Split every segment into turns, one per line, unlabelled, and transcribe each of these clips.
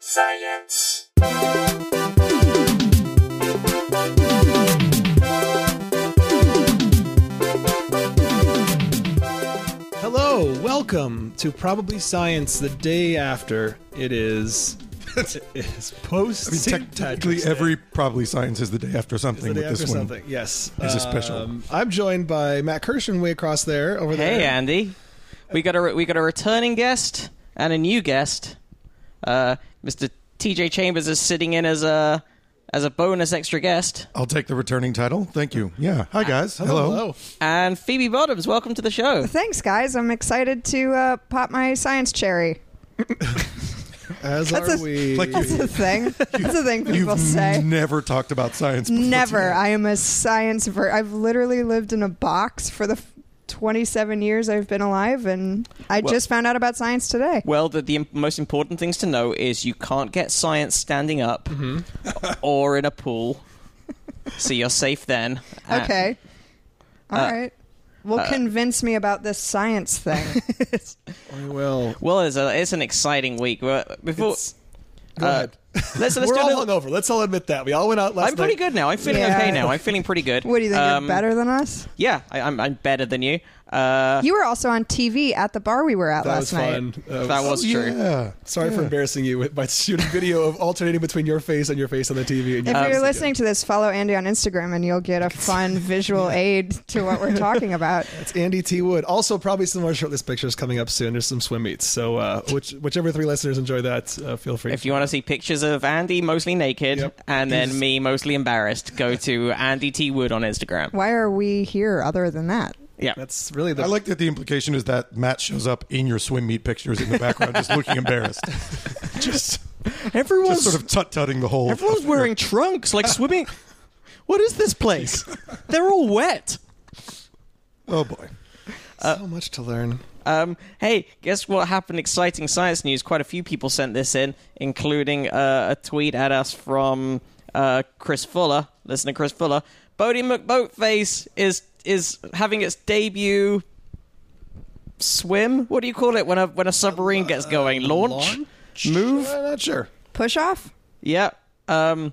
science.
Hello, welcome to Probably Science the day after it is it is post
I mean, tech- technically, every probably science is the day after something,
the day
but
after
this one
something. Yes. Um,
is a special.
I'm joined by Matt Kirshen way across there over there.
Hey, Andy. We got a we got a returning guest and a new guest. Uh, Mr. T.J. Chambers is sitting in as a as a bonus extra guest,
I'll take the returning title. Thank you. Yeah. Hi, guys. Hello.
Hello.
and Phoebe Bottoms, welcome to the show.
Thanks, guys. I'm excited to uh, pop my science cherry.
As
That's
are
a-
we.
Like
That's a thing. That's a thing people
You've
say.
never talked about science before.
Never.
today.
I am a science ver. I've literally lived in a box for the f- 27 years I've been alive, and I
Well-
just found out about science today.
Well, the, the im- most important things to know is you can't get science standing up
Mm-hmm.
or in a pool, so you're safe then. Uh,
Okay. All
uh,
right. Well, convince me about this science thing.
We will.
well, it's, a, it's an exciting week. Well, Before
It's- Go
uh,
ahead.
let's let's
We're
do a
all
little-
hungover. Let's all admit that. We all went out last
I'm pretty
night.
good now. I'm feeling
Yeah.
okay now. I'm feeling pretty good.
what do you think?
Um,
you're better than us?
Yeah, I, I'm, I'm better than you. Uh,
You were also on TV at the bar we were at
That
last
was fun.
night.
that was true.
Yeah.
Sorry for embarrassing you with- by shooting video of alternating between your face and your face on the TV. And
If
you-
you're listening to this, follow Andy on Instagram and you'll get a fun visual aid to what we're talking about.
It's Andy T. Wood. Also, probably some more shirtless pictures coming up soon. There's some swim meets. So, uh, which, whichever three listeners enjoy that, uh, feel free.
If you want to see pictures of Andy mostly naked
Yep.
and then me mostly embarrassed, go to Andy T Wood on Instagram.
Why are we here other than that?
Yeah,
That's really the.
I like that the implication is that Matt shows up in your swim meet pictures in the background, just looking embarrassed, just,
everyone's
just sort of tut tutting the whole.
everyone's wearing trunks, like swimming. What is this place? They're all wet.
Oh boy.
so much to learn.
Um, hey, guess what happened? Exciting science news. Quite a few people sent this in, including uh, a tweet at us from uh, Chris Fuller. Listener Chris Fuller. Bodie McBoatface is is having its debut swim. What do you call it when a when a submarine gets going? Launch.
Move? i not sure.
Push off?
Yeah. Um,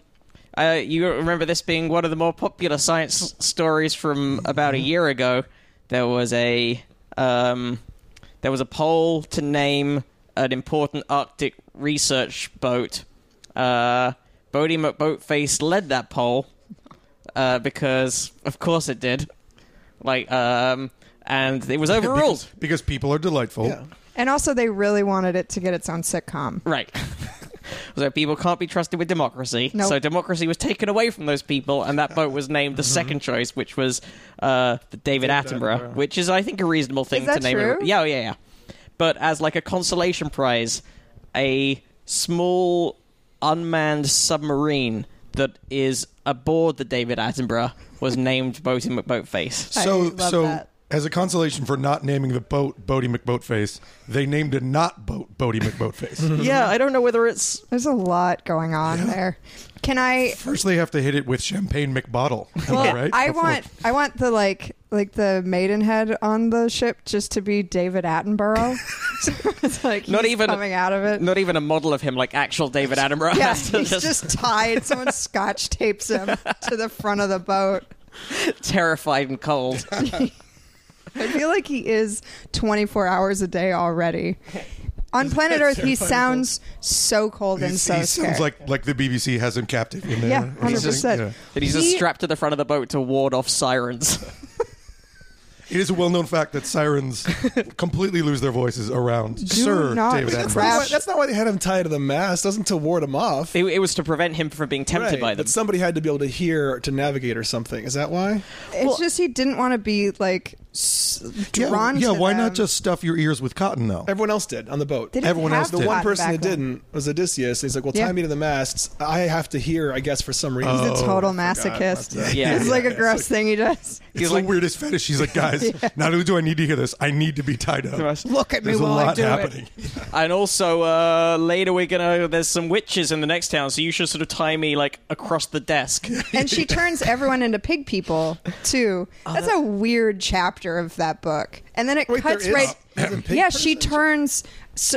uh, you remember this being one of the more popular science stories from about a year ago. There was a um, there was a poll to name an important Arctic research boat. Uh, Bodie McBoatface led that poll uh, because, of course, it did. Like, um, and it was overruled.
Because people are delightful.
Yeah.
And also, they really wanted it to get its own sitcom.
Right. so people can't be trusted with democracy.
Nope.
So democracy was taken away from those people, and that boat was named the second choice, which was uh, the David, Attenborough,
Attenborough.
which is, I think, a reasonable thing
Is that
to name.
true?
It. Yeah, oh, yeah, yeah. But as like a consolation prize, a small unmanned submarine that is aboard the David Attenborough was named Boating McBoatface.
I
So
love
so
that.
as a consolation for not naming the boat Bodie McBoatface, they named a not boat Bodie McBoatface.
yeah, I don't know whether it's
There's a lot going on there. Can I?
First, they have to hit it with champagne McBottle. Am I
Well,
right?
I
Before-
want, I want the like, like the maidenhead on the ship just to be David Attenborough. so it's like
Not
he's
even-
coming out of it.
not even a model of him, like actual David Attenborough.
yeah,
So
he's just tied. Someone scotch tapes him to the front of the boat.
terrified and cold.
I feel like he is 24 hours a day already. On planet Earth, he sounds so cold and
He's-
so
he sounds
scared.
like like the BBC has him captive in there.
yeah,
or
100%.
something. Yeah.
That he's just
He-
strapped to the front of the boat to ward off sirens.
It is a well-known fact that sirens completely lose their voices around Sir
not
David Attenborough.
crash.
That's, not why they had him tied to the mast. Doesn't to ward him off.
it, it was to prevent him from being tempted
Right,
by them.
But somebody had to be able to hear to navigate or something. Is that why?
it's just he didn't want to be like s-
Yeah,
drawn
yeah,
to
why
them.
not just stuff your ears with cotton though?
Everyone else did on the boat.
They didn't
everyone
have
else
the
did.
one
cotton
person that
back then.
didn't was Odysseus. He's like, "Well,
Yeah. Oh.
tie me to the mast. I have to hear, I guess, for some reason."
He's
Oh,
a total
must
masochist.
have.
Yeah.
it's like a gross thing he does.
it's the weirdest fetish. She's like, guys, not only do I need to hear this, I need to be tied up.
Look at
There's a
me while I
lot
do
happening.
And also, uh, later we're gonna. There's some witches in the next town, so you should sort of tie me like across the desk.
it. And she turns everyone into pig people too. That's a weird chapter of that book. And then it
Oh, Wait, there
cuts
is-
right.
there's a pig
yeah, she
person?
turns.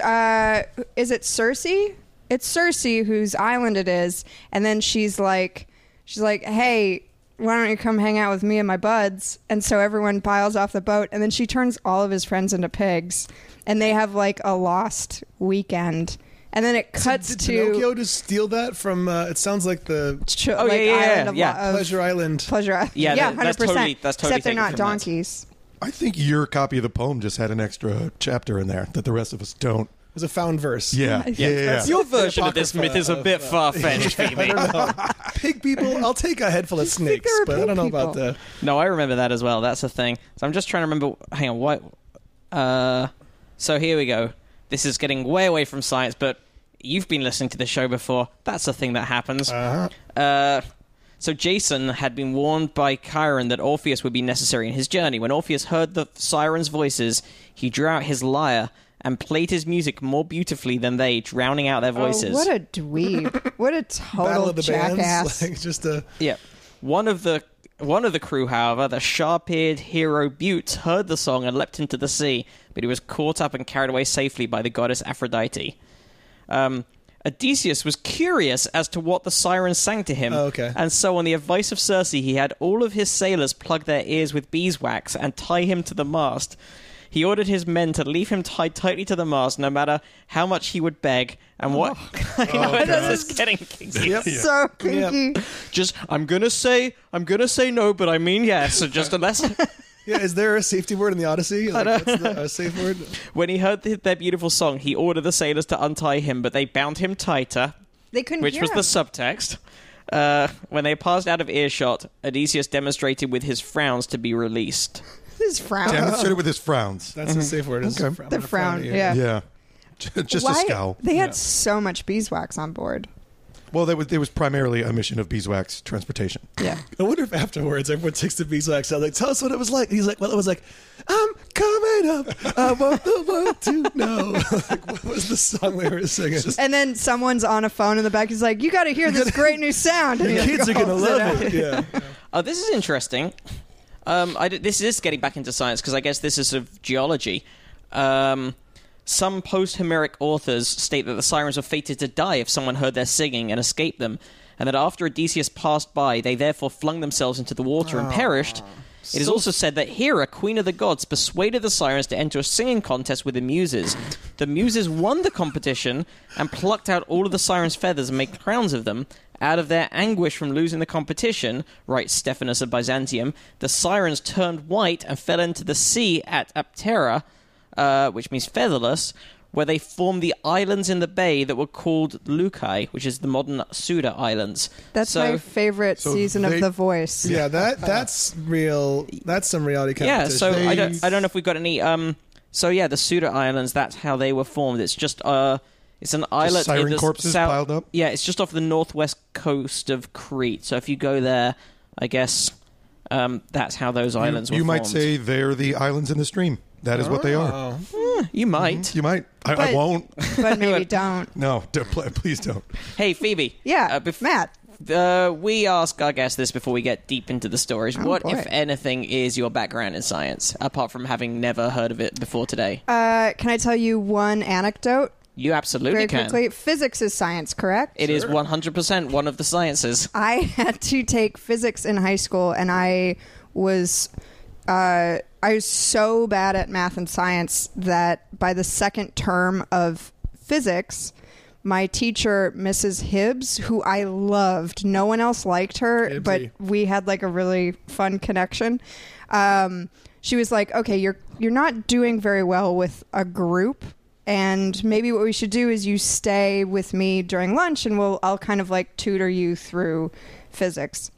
Uh, is it Cersei? it's Cersei whose island it is, and then she's like, she's like, hey. Why don't you come hang out with me and my buds? And so everyone piles off the boat, and then she turns all of his friends into pigs, and they have like a lost weekend. And then it cuts
Did
to
Pinocchio just steal that from? Uh, it sounds like the
ch-
Oh, yeah,
like
yeah, yeah,
island of,
yeah.
Lo- of
Pleasure Island.
pleasure. island.
Yeah,
yeah,
that- that's
hundred percent.
totally- that's totally
Except they're
taken
not
from that.
donkeys.
I think your copy of the poem just had an extra chapter in there that the rest of us don't.
It was a found verse.
Yeah, yeah, yeah.
Your version of this myth is a bit far fetched, Phoebe.
Pig people. I'll take a head full of
think
snakes,
there were
but I don't
pig
know about
people.
the.
No, I remember that as well. That's the thing. So I'm just trying to remember. Hang on, what? Uh, so here we go. This is getting way away from science, but you've been listening to the show before. That's the thing that happens. uh so Jason had been warned by Chiron that Orpheus would be necessary in his journey. When Orpheus heard the sirens' voices, he drew out his lyre and played his music more beautifully than they, drowning out their voices.
Oh, what a dweeb! What a total
Battle of the
jackass!
Bands, like just a
Yeah. One of the one of the crew, however, the sharp-eared hero Butte, heard the song and leapt into the sea, but he was caught up and carried away safely by the goddess Aphrodite. Um, Odysseus was curious as to what the sirens sang to him,
Oh, okay.
and so on the advice of Circe, he had all of his sailors plug their ears with beeswax and tie him to the mast. He ordered his men to leave him tied tightly to the mast, no matter how much he would beg and what.
Oh.
I know this is getting
So kinky.
just I'm gonna say I'm gonna say no, but I mean yes. So just unless
yeah. Is there a safety word in the Odyssey? Like, what's the, a safe word?
when he heard th- their beautiful song, he ordered the sailors to untie him, but they bound him tighter,
They couldn't
which
hear
was
him.
the subtext. Uh, when they passed out of earshot, Odysseus demonstrated with his frowns to be released.
his frown.
Demonstrated with his frowns.
Mm-hmm.
That's a safe word. It's frown-
The
I'm gonna
frown,
at you.
yeah.
Yeah, just
Why-
a scowl.
They had so much beeswax on board.
Well, there was, there was primarily a mission of beeswax transportation.
Yeah.
I wonder if afterwards everyone takes the beeswax out. Like, tell us what it was like. And he's like, well, it was like, I'm coming up. I want the world to know. like, what was the song they were singing?
And then someone's on a phone in the back. He's like, "You got to hear this great new sound." And
the
he
kids are gonna
holds
love
out.
it. Yeah.
Oh, this is interesting. Um, I d this is getting back into science because I guess this is sort of geology. Um, some post-Homeric authors state that the sirens were fated to die if someone heard their singing and escaped them, and that after Odysseus passed by, they therefore flung themselves into the water and perished. It is also said that Hera, queen of the gods, persuaded the sirens to enter a singing contest with the muses. The muses won the competition and plucked out all of the sirens' feathers and made crowns of them. Out of their anguish from losing the competition, writes Stephanus of Byzantium, the sirens turned white and fell into the sea at Aptera, uh, which means featherless, where they formed the islands in the bay that were called Lucae, which is the modern Suda Islands.
That's
so,
my favorite
so
season
they-
of The Voice.
Yeah, that
Uh,
that's real. That's some reality competition.
yeah. So I don't, I don't know if we got any. Um, so yeah, the Suda Islands. That's how they were formed. It's just uh, it's an islet.
siren
in the
corpses
south-
piled up?
Yeah, it's just off the northwest coast of Crete. So if you go there, I guess um, that's how those islands
you
were.
might
formed.
say they're the islands in the stream. That is what they are.
Oh.
you might.
You might. I, I
But-
won't.
But maybe don't.
No, don't, pl- please don't.
Hey Phoebe.
Yeah,
Uh, bef-
Matt.
Uh, we ask our guests this before we get deep into the stories. what,
Oh, boy.
if anything, is your background in science, apart from having never heard of it before today?
Uh, can I tell you one anecdote
you absolutely
very
can.
quickly? Physics is science, correct?
It is 100% one of the sciences.
I had to take physics in high school, and I was uh, I was so bad at math and science that by the second term of physics, my teacher, Mrs. Hibbs, who I loved, no one else liked her, but
Hibbsy.
we had like a really fun connection. Um, she was like, "Okay, you're you're not doing very well with a group." And maybe what we should do is you stay with me during lunch, and we'll I'll kind of like tutor you through physics.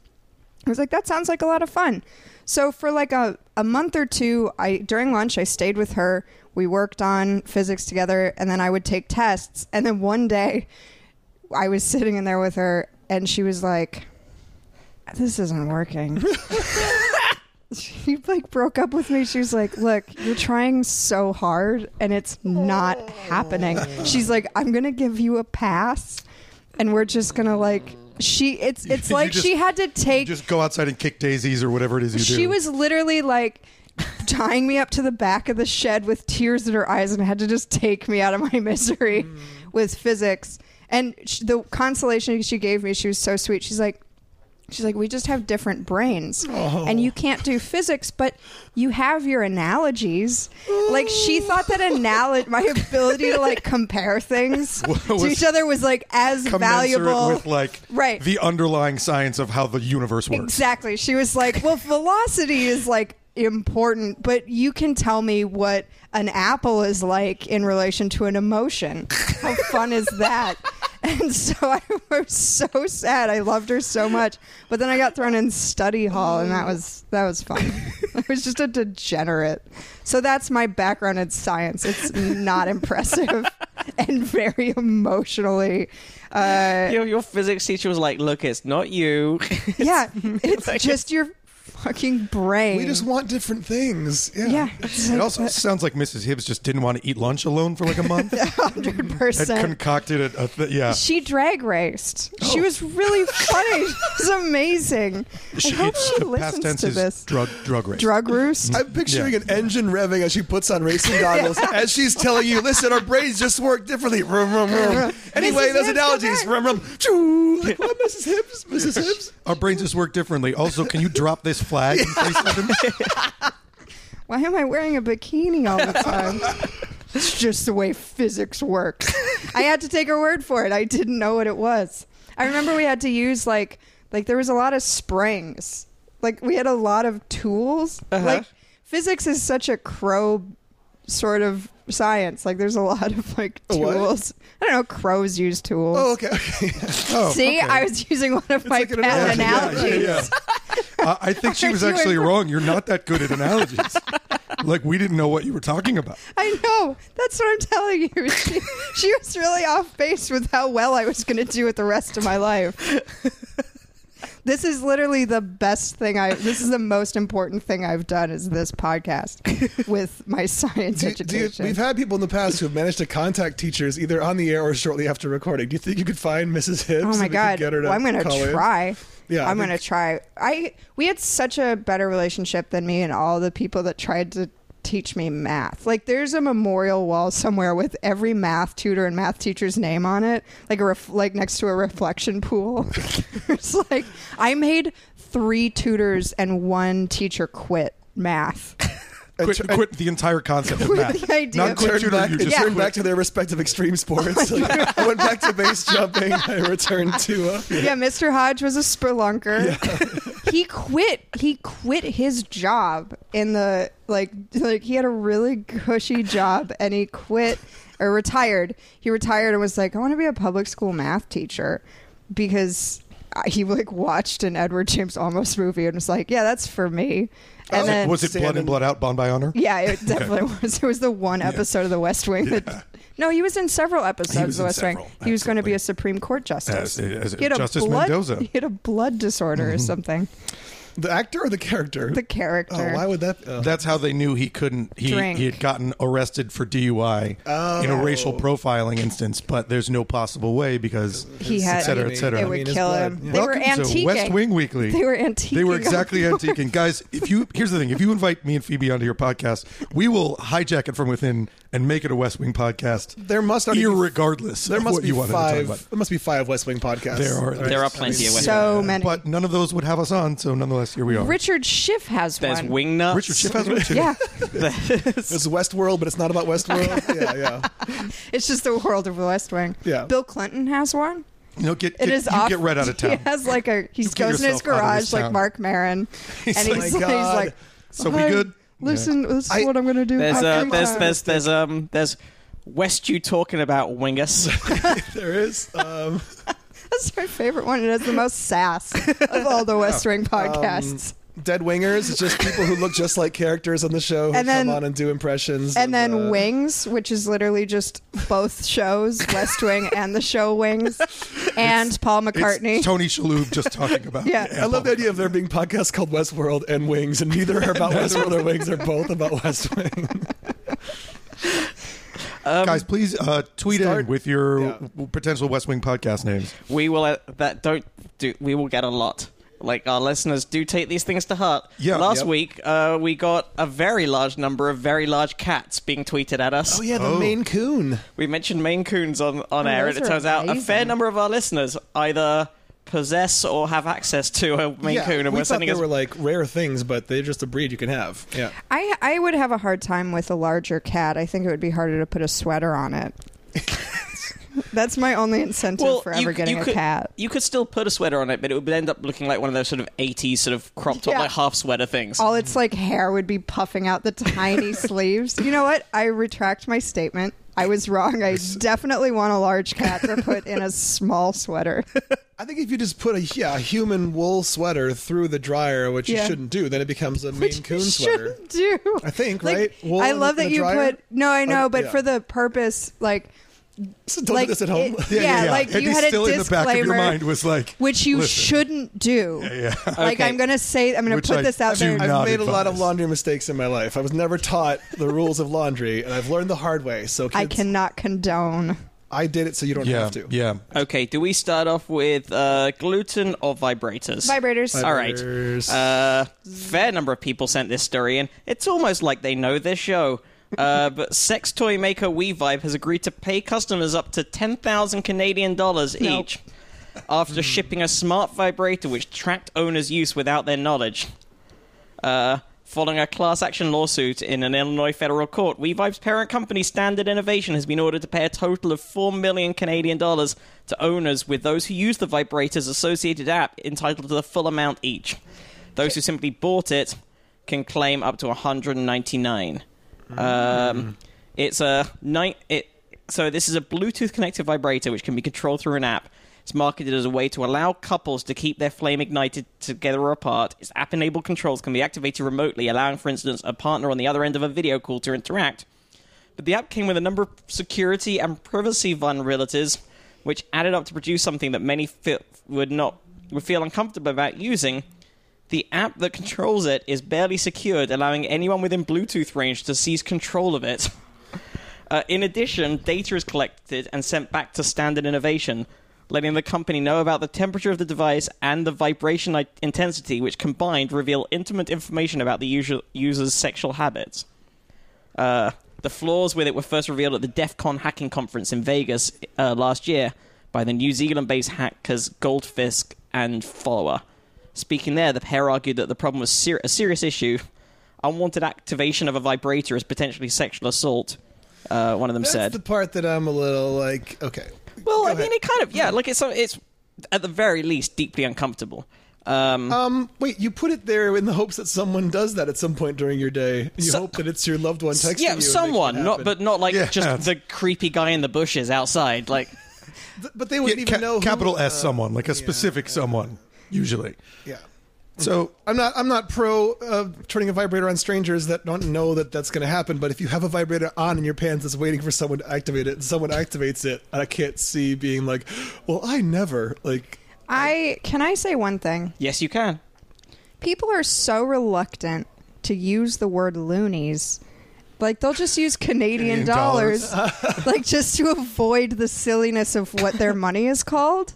I was like, that sounds like a lot of fun. So for like a, a month or two, I during lunch I stayed with her. We worked on physics together and then I would take tests. And then one day I was sitting in there with her and she was like, This isn't working. she like broke up with me. She was like, Look, you're trying so hard and it's not happening. She's like, I'm gonna give you a pass and we're just gonna like she it's it's
You
like
just-
she had to
You
take
just go outside and kick daisies or whatever it is you do.
she was literally like tying me up to the back of the shed with tears in her eyes and had to just take me out of my misery with physics. And sh the consolation she gave me, she was so sweet. She's like, She's like, we just have different brains, and you can't do physics, but you have your analogies. Like she thought that analogy, my ability to like compare things to
was
each other was like as
Commensurate
valuable
with like
right
the underlying science of how the universe works.
Exactly. She was like, "Well, velocity is like important, but you can tell me what an apple is like in relation to an emotion. How fun is that?" And so I was so sad. I loved her so much, but then I got thrown in study hall, and that was that was fun. I was just a degenerate. So that's my background in science. It's not impressive and very emotionally. Uh,
Your, your physics teacher was like, "Look, it's not you."
yeah, it's just your fucking brain.
We just want different things. Yeah.
yeah,
It also sounds like Mrs. Hibbs just didn't want to eat lunch alone for like a month.
hundred
Had
percent.
concocted a, a th- yeah.
She drag raced. She was really funny. She's amazing. I hope she
past
listens
tense
to
is
this.
drug drug race.
Drug roost.
I'm picturing an engine revving as she puts on racing goggles as she's telling you, listen, our brains just work differently. Vroom, vroom, vroom. Anyway,
Mrs.
those
Hibbs,
analogies.
come
Vroom, vroom. Choo. Like, what, Mrs. Hibbs? Mrs. Hibbs?
Our brains just work differently. Also, can you drop this flag? in three seconds?
Why am I wearing a bikini all the time? it's just the way physics works. I had to take her word for it. I didn't know what it was. I remember we had to use like like there was a lot of springs. Like we had a lot of tools.
Uh-huh.
Like physics is such a crow sort of science. Like there's a lot of like
A what?
tools. I don't know, crows use tools.
Oh, okay. okay.
Oh, okay.
See, I was using one of my
like an
bad
analogy.
analogies.
Yeah, yeah. Uh, I think she
Are
was
you
actually
in-
wrong. You're not that good at analogies. like we didn't know what you were talking about.
I know. That's what I'm telling you. She, she was really off base with how well I was going to do with the rest of my life. This is literally the best thing I. This is the most important thing I've done is this podcast with my science
Do, do you,
education.
we've had people in the past who have managed to contact teachers either on the air or shortly after recording. Do you think you could find Mrs. Hibbs?
oh
and
my
we could
god!
Get her to
Well, I'm going
call
to
in?
try.
Yeah, I
I'm going to
think-
try. I we had such a better relationship than me and all the people that tried to teach me math. Like there's a memorial wall somewhere with every math tutor and math teacher's name on it, like a ref- like next to a reflection pool. it's like I made 3 tutors and one teacher quit math.
Quit, quit the entire concept of
Quit
math.
the idea
Not
of
quit
math.
Turned
tutor.
back,
You
it
just
turned
quit. Oh
back to their respective extreme sports. Like, I went back to base jumping. I returned to uh,
yeah, Mr. Hodge was a spelunker. he quit. He quit his job in the like like he had a really cushy job and he quit or retired. He retired and was like, I want to be a public school math teacher because I- he like watched an Edward James Olmos movie and was like, yeah, that's for me. And then
"Oh, was it blood
Standing-
and blood out? Bond by honor.
yeah, it definitely was. It was the one episode of The West Wing that. No, he was in several
He was
episodes of The
in
West Wing.
several,
He was going to be
absolutely.
a Supreme Court justice.
As- as
he had
Justice
a blood,
Mendoza. Mm-hmm.
He had a blood disorder or something.
the actor or the character?
The character.
Oh, why would that? Uh,
That's how they knew he couldn't. He
Drink.
he had gotten arrested for DUI in
Oh.
a racial profiling instance, but there's no possible way because
He had-
et cetera, et cetera.
it would
Communist
kill
blood,
him.
yeah.
They were
Welcome to
antiquing.
West Wing Weekly.
They were antiquing.
They were exactly antiquing, guys. If you here's the thing, if you invite me and Phoebe onto your podcast, we will hijack it from within and make it a West Wing podcast.
There must already be-
irregardless.
there
of
must
what
be
you wanted
five.
to talk
There must be five West Wing podcasts.
There are-
Right.
There are plenty of women.
So
about.
many.
But none of those would have us on, so nonetheless, here we are.
Richard Schiff has
There's
one.
wing nuts.
Richard Schiff has one too.
Yeah,
It's Westworld, but it's not about Westworld. yeah, yeah.
it's just the world of The West Wing.
Yeah.
Bill Clinton has one.
You know, get,
It
get,
is
you
off.
get right out of
He
town.
has like a. He
You get
goes in his
yourself out of this
garage like
town.
Mark Maron, and
like,
he's, he's
"God,
like,
so we
"Hi,
good?"
Listen, this is
I-
what I'm gonna do.
There's uh,
after
there's
my-
there's there's um there's West you talking about wingus.
There is. Um,
That's my favorite one. It has the most sass of all
Oh.
the West
Um,
Wing podcasts.
Dead Wingers. It's just people who look just like characters on the show who come
And then-
on and do impressions.
and then
uh,
Wings, which is literally just both shows, West Wing and the show Wings, and Paul McCartney.
It's Tony Shalhoub just talking about.
Yeah.
I love the idea of there being podcasts called Westworld and Wings, and neither are about Westworld or Wings. They're both about West Wing.
Guys, please uh, tweet
Um, Start-
in with your
Yeah.
w- potential West Wing podcast names.
we will uh, that don't do. We will get a lot. like our listeners do take these things to heart.
Yeah.
Last
Yep.
week, uh, we got a very large number of very large cats being tweeted at us.
Oh yeah, the
Oh.
Maine Coon.
We mentioned Maine Coons on, on
Oh,
air, and
those
it
are
turns out a fair
amazing.
number of our listeners either possess or have access to a Maine
yeah,
Coon,
we
and we're
thought
sending
they
us
were like rare things, but they're just a breed you can have. Yeah.
I I would have a hard time with a larger cat. I think it would be harder to put a sweater on it. That's my only incentive for ever getting a
could,
cat.
You could still put a sweater on it, but it would end up looking like one of those sort of 80s sort of crop top,
Yeah.
like half sweater things.
All its like hair would be puffing out the tiny sleeves. You know what? I retract my statement. I was wrong. I definitely want a large cat to put in a small sweater.
I think if you just put a yeah a human wool sweater through the dryer, which you
Yeah.
shouldn't do, then it becomes a Maine
Which you
Coon sweater.
shouldn't do.
I think,
Like,
right? Wool
I
in-
love
in
that
the
you
dryer?
put. No, I know,
Like,
but
yeah.
for the purpose, like
So don't
like,
do this at home.
it-
Yeah, yeah,
yeah,
yeah.
like
and
you
he's
had
still
a
in the back of your
disclaimer,
mind was like,
which you
"Listen."
shouldn't do.
yeah, yeah.
Like
Okay.
I'm gonna say, I'm gonna
Which
put
I
this out
do
there.
not-
I've made a lot of
advised.
laundry mistakes in my life. I was never taught the rules of laundry, and I've learned the hard way. So kids,
I cannot condone.
I did it, so you don't
yeah,
have to.
yeah.
Okay, do we start off with uh, gluten or vibrators?
Vibrators.
All right.
Vibrators.
Uh, fair number of people sent this story in. It's almost like they know this show. Uh, but sex toy maker WeVibe has agreed to pay customers up to 10,000 Canadian dollars
Nope.
each after shipping a smart vibrator which tracked owners' use without their knowledge. Uh, following a class action lawsuit in an Illinois federal court, WeVibe's parent company Standard Innovation has been ordered to pay a total of 4 million Canadian dollars to owners with those who use the vibrator's associated app entitled to the full amount each. Those who simply bought it can claim up to 199. Um, it's a night. It, so this is a Bluetooth connected vibrator which can be controlled through an app. It's marketed as a way to allow couples to keep their flame ignited together or apart. Its app-enabled controls can be activated remotely, allowing, for instance, a partner on the other end of a video call to interact. But the app came with a number of security and privacy vulnerabilities, which added up to produce something that many fe- would not would feel uncomfortable about using. The app that controls it is barely secured, allowing anyone within Bluetooth range to seize control of it. Uh, in addition, data is collected and sent back to Standard Innovation, letting the company know about the temperature of the device and the vibration i- intensity, which combined reveal intimate information about the user- user's sexual habits. Uh, the flaws with it were first revealed at the DEF CON hacking conference in Vegas uh, last year by the New Zealand based hackers Goldfisk and Follower. Speaking there, the pair argued that the problem was ser- a serious issue. Unwanted activation of a vibrator is potentially sexual assault, uh, one of them
That's
said.
the part that I'm a little like, okay.
well,
Go
I
ahead.
mean, it kind of, yeah, like it's, uh, it's at the very least deeply uncomfortable. Um,
Um, wait, you put it there in the hopes that someone does that at some point during your day. You
So-
hope that it's your loved one texting you.
yeah,
and making
someone,
it
not
happen.
but not like
Yeah.
just the creepy guy in the bushes outside. Like,
Th- but they wouldn't
Yeah,
even
ca-
know who- uh,
capital S someone, like a specific someone, usually.
Yeah.
So
I'm not. I'm not pro uh, turning a vibrator on strangers that don't know that that's going to happen. But if you have a vibrator on in your pants that's waiting for someone to activate it, and someone activates it, I can't see being like, "Well, I never." Like,
I can I say one thing?
yes, you can.
People are so reluctant to use the word loonies. Like they'll just use Canadian,
Canadian
dollars, like just to avoid the silliness of what their money is called.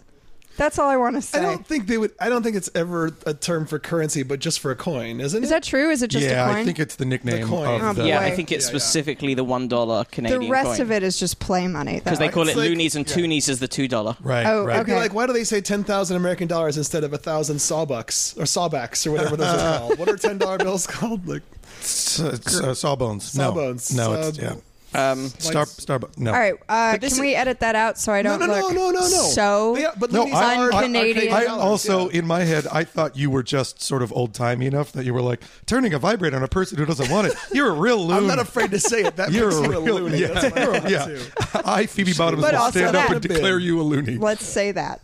That's all I want to
I
say.
don't think they would. I don't think it's ever a term for currency, but just for a coin, isn't
Is
it?
that true? Is it just
yeah,
a coin?
I think it's the nickname
The coin.
of
Oh,
the
boy.
Yeah, I
Right.
think it's
Yeah, yeah.
specifically the one dollar
the
Canadian.
rest
coin.
of it is just play money, though.
because they call
It's
it
like-
loonies and
yeah.
toonies is the two dollar.
right,
Oh,
right.
okay.
You're like, why do they say ten thousand American dollars instead of a thousand sawbucks or sawbacks or whatever those are called? What are ten dollar bills called? Like
S- s- uh, sawbones.
Sawbones.
No, no,
Uh,
it's yeah.
Um,
Star, Starbucks. No.
all right, uh,
But
can
this
we edit that out so I
no,
don't
no, no,
look
no, no, no.
so?
They are- but
No,
loonies
I-
are- are
Un-Canadian.
Canadian
I
dollars,
also,
yeah.
in my head, I thought you were just sort of old timey enough that you were like turning a vibrator on a person who doesn't want it. You're a real loon.
I'm not afraid to say it. That
You're
makes
a
you a
real
loony.
yeah.
That's my problem,
yeah.
too.
I Phoebe Bottoms
But
will
also
stand up
that-
and declare you a loony.
Let's say that.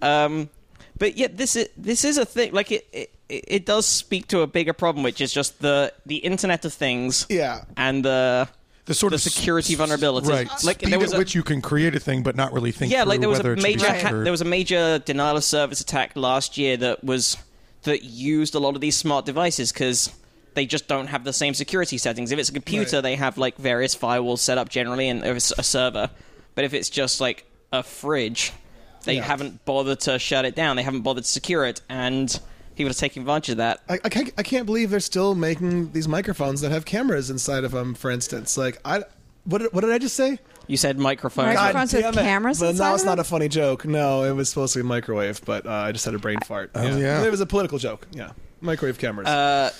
um, but yet this is this is a thing. Like it, it, it does speak to a bigger problem, which is just the the Internet of Things.
Yeah.
and the
The sort
the
of s-
security vulnerabilities.
Right.
Like
Speed
there was
at
a,
which you can create a thing but not really think
yeah,
through
like there was
whether
a
it should
major
be
Right.
ha-
secured.
there was a major denial of service attack last year that was that used a lot of these smart devices because they just don't have the same security settings. If it's a computer,
Right.
they have like various firewalls set up generally and if it's a server. But if it's just like a fridge, they
Yeah.
haven't bothered to shut it down. They haven't bothered to secure it, and he was taking advantage of that.
I, I can't I can't believe they're still making these microphones that have cameras inside of them. For instance, like I what did, what did I just say?
You said microphones.
Microphone-
but-
Microphones with
damn it.
cameras
But
inside
now it's
of
not
them?
a funny joke. No, it was supposed to be microwave, but uh, I just had a brain fart. Oh
yeah.
it was a political joke. Yeah, microwave cameras.
Uh,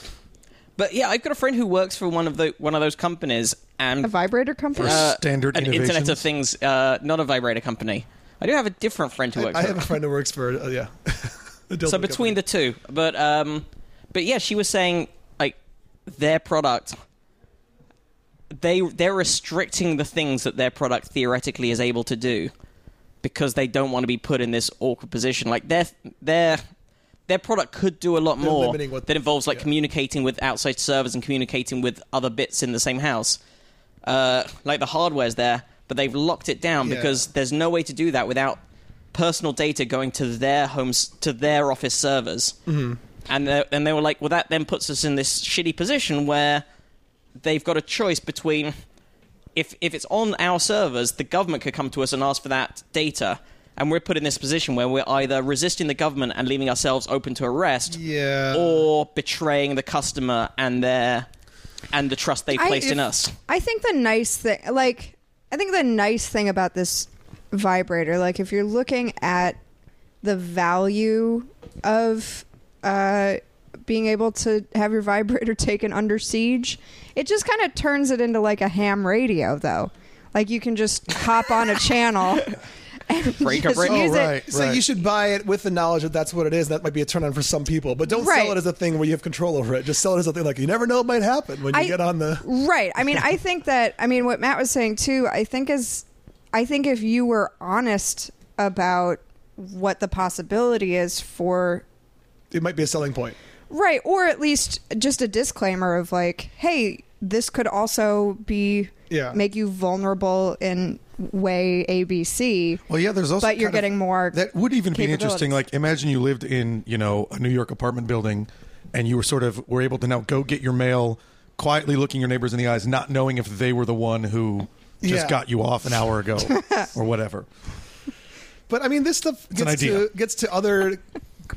but yeah, I've got a friend who works for one of the one of those companies and
A vibrator company?
uh,
Standard
an Internet of
Innovations.
Things, uh, not a vibrator company. I do have a different friend who works.
I
for
have a friend who works for uh, yeah. a dildo
so
company.
between the two, but um, but yeah, she was saying like their product, they they're restricting the things that their product theoretically is able to do because they don't want to be put in this awkward position. Like their their their product could do a lot more
limiting what-
that involves like
yeah.
communicating with outside servers and communicating with other bits in the same house. Uh, like the hardware's there, but they've locked it down
Yeah.
because there's no way to do that without personal data going to their homes to their office servers. Mm-hmm. And they- and they were like, well, that then puts us in this shitty position where they've got a choice between if if it's on our servers, the government could come to us and ask for that data, and we're put in this position where we're either resisting the government and leaving ourselves open to arrest,
Yeah.
or betraying the customer and their and the trust they
I-
placed in
if-
us.
I think the nice thing, like, I think the nice thing about this vibrator, like, if you're looking at the value of uh, being able to have your vibrator taken under siege, it just kind of turns it into like a ham radio, though. Like, you can just hop on a channel and
Break a
just
break. Oh,
use
right.
it.
So you should buy it with the knowledge that that's what it is. That might be a turn on for some people, but don't
Right.
sell it as a thing where you have control over it. Just sell it as a thing like you never know it might happen when you
I-
get on the.
Right. I mean, I think that I mean what Matt was saying too. I think is I think if you were honest about what the possibility is for
It might be a selling point.
right or at least just a disclaimer of like, hey, this could also be
Yeah.
make you vulnerable in way ABC.
Well, yeah, there's also.
But you're
kind of-
getting more
That would even be interesting.
capabilities.
Like, imagine you lived in, you know, a New York apartment building, and you were sort of were able to now go get your mail quietly, looking your neighbors in the eyes, not knowing if they were the one who just
Yeah.
got you off an hour ago or whatever.
But I mean, this stuff
an
gets
idea.
to gets to other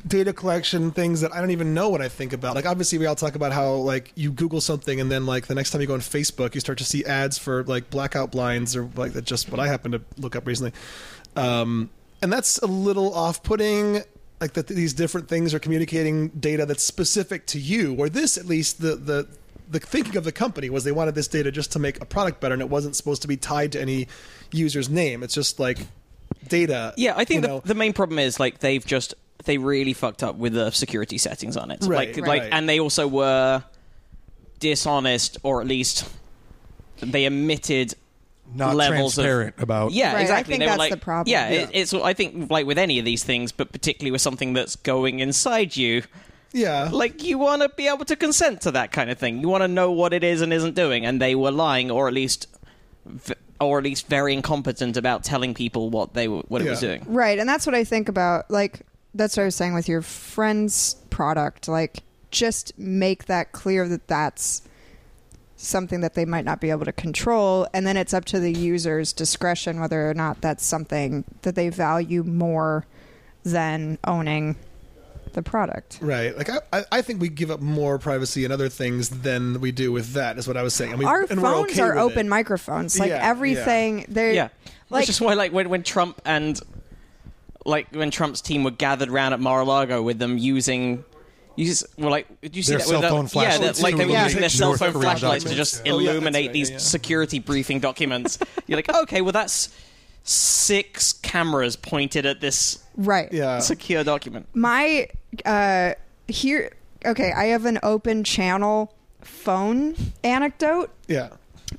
data collection things that I don't even know when I think about. Like, obviously, we all talk about how like you Google something, and then like the next time you go on Facebook, you start to see ads for like blackout blinds or like that's just what I happened to look up recently. Um, and that's a little off-putting. Like that, these different things are communicating data that's specific to you, or this at least the the the thinking of the company was they wanted this data just to make a product better, and it wasn't supposed to be tied to any user's name. It's just like data
Yeah, I think
you
the,
know.
the main problem is like they've just they really fucked up with the security settings on it.
Right,
like
right.
like and they also were dishonest or at least they omitted
Not
levels of-
transparent about.
yeah,
Right, I
exactly.
think
They were
that's
like-
the problem.
Yeah, It, it's I think like with any of these things, but particularly with something that's going inside you,
yeah
like you want to be able to consent to that kind of thing. You want to know what it is and isn't doing, and they were lying or at least v- or at least very incompetent about telling people what they were, what it was
Yeah.
doing.
Right, and that's what I think about. Like that's what I was saying with your friend's product. Like just make that clear that that's something that they might not be able to control, and then it's up to the user's discretion whether or not that's something that they value more than owning the product.
right like I, I i think we give up more privacy and other things than we do with that is what i was saying and we,
Our
and we're
phones
okay
are
with
open
it.
microphones. Like
Yeah, yeah.
everything, they're
Yeah,
like
which is why, like, when when Trump and like when Trump's team were gathered round at Mar-a-Lago with them using. You just, well, like, did you see
Their
that?
cell
with
phone
the,
flashlights
Yeah, that, like
to
they were
illuminate
using their cell
North
phone
Korean
flashlights to
documents.
just
Oh, yeah, that's
illuminate
right,
these
yeah, yeah.
security briefing documents. You're like, okay, well, that's six cameras pointed at this
right.
yeah
secure document.
my uh here okay i have an open channel phone anecdote
yeah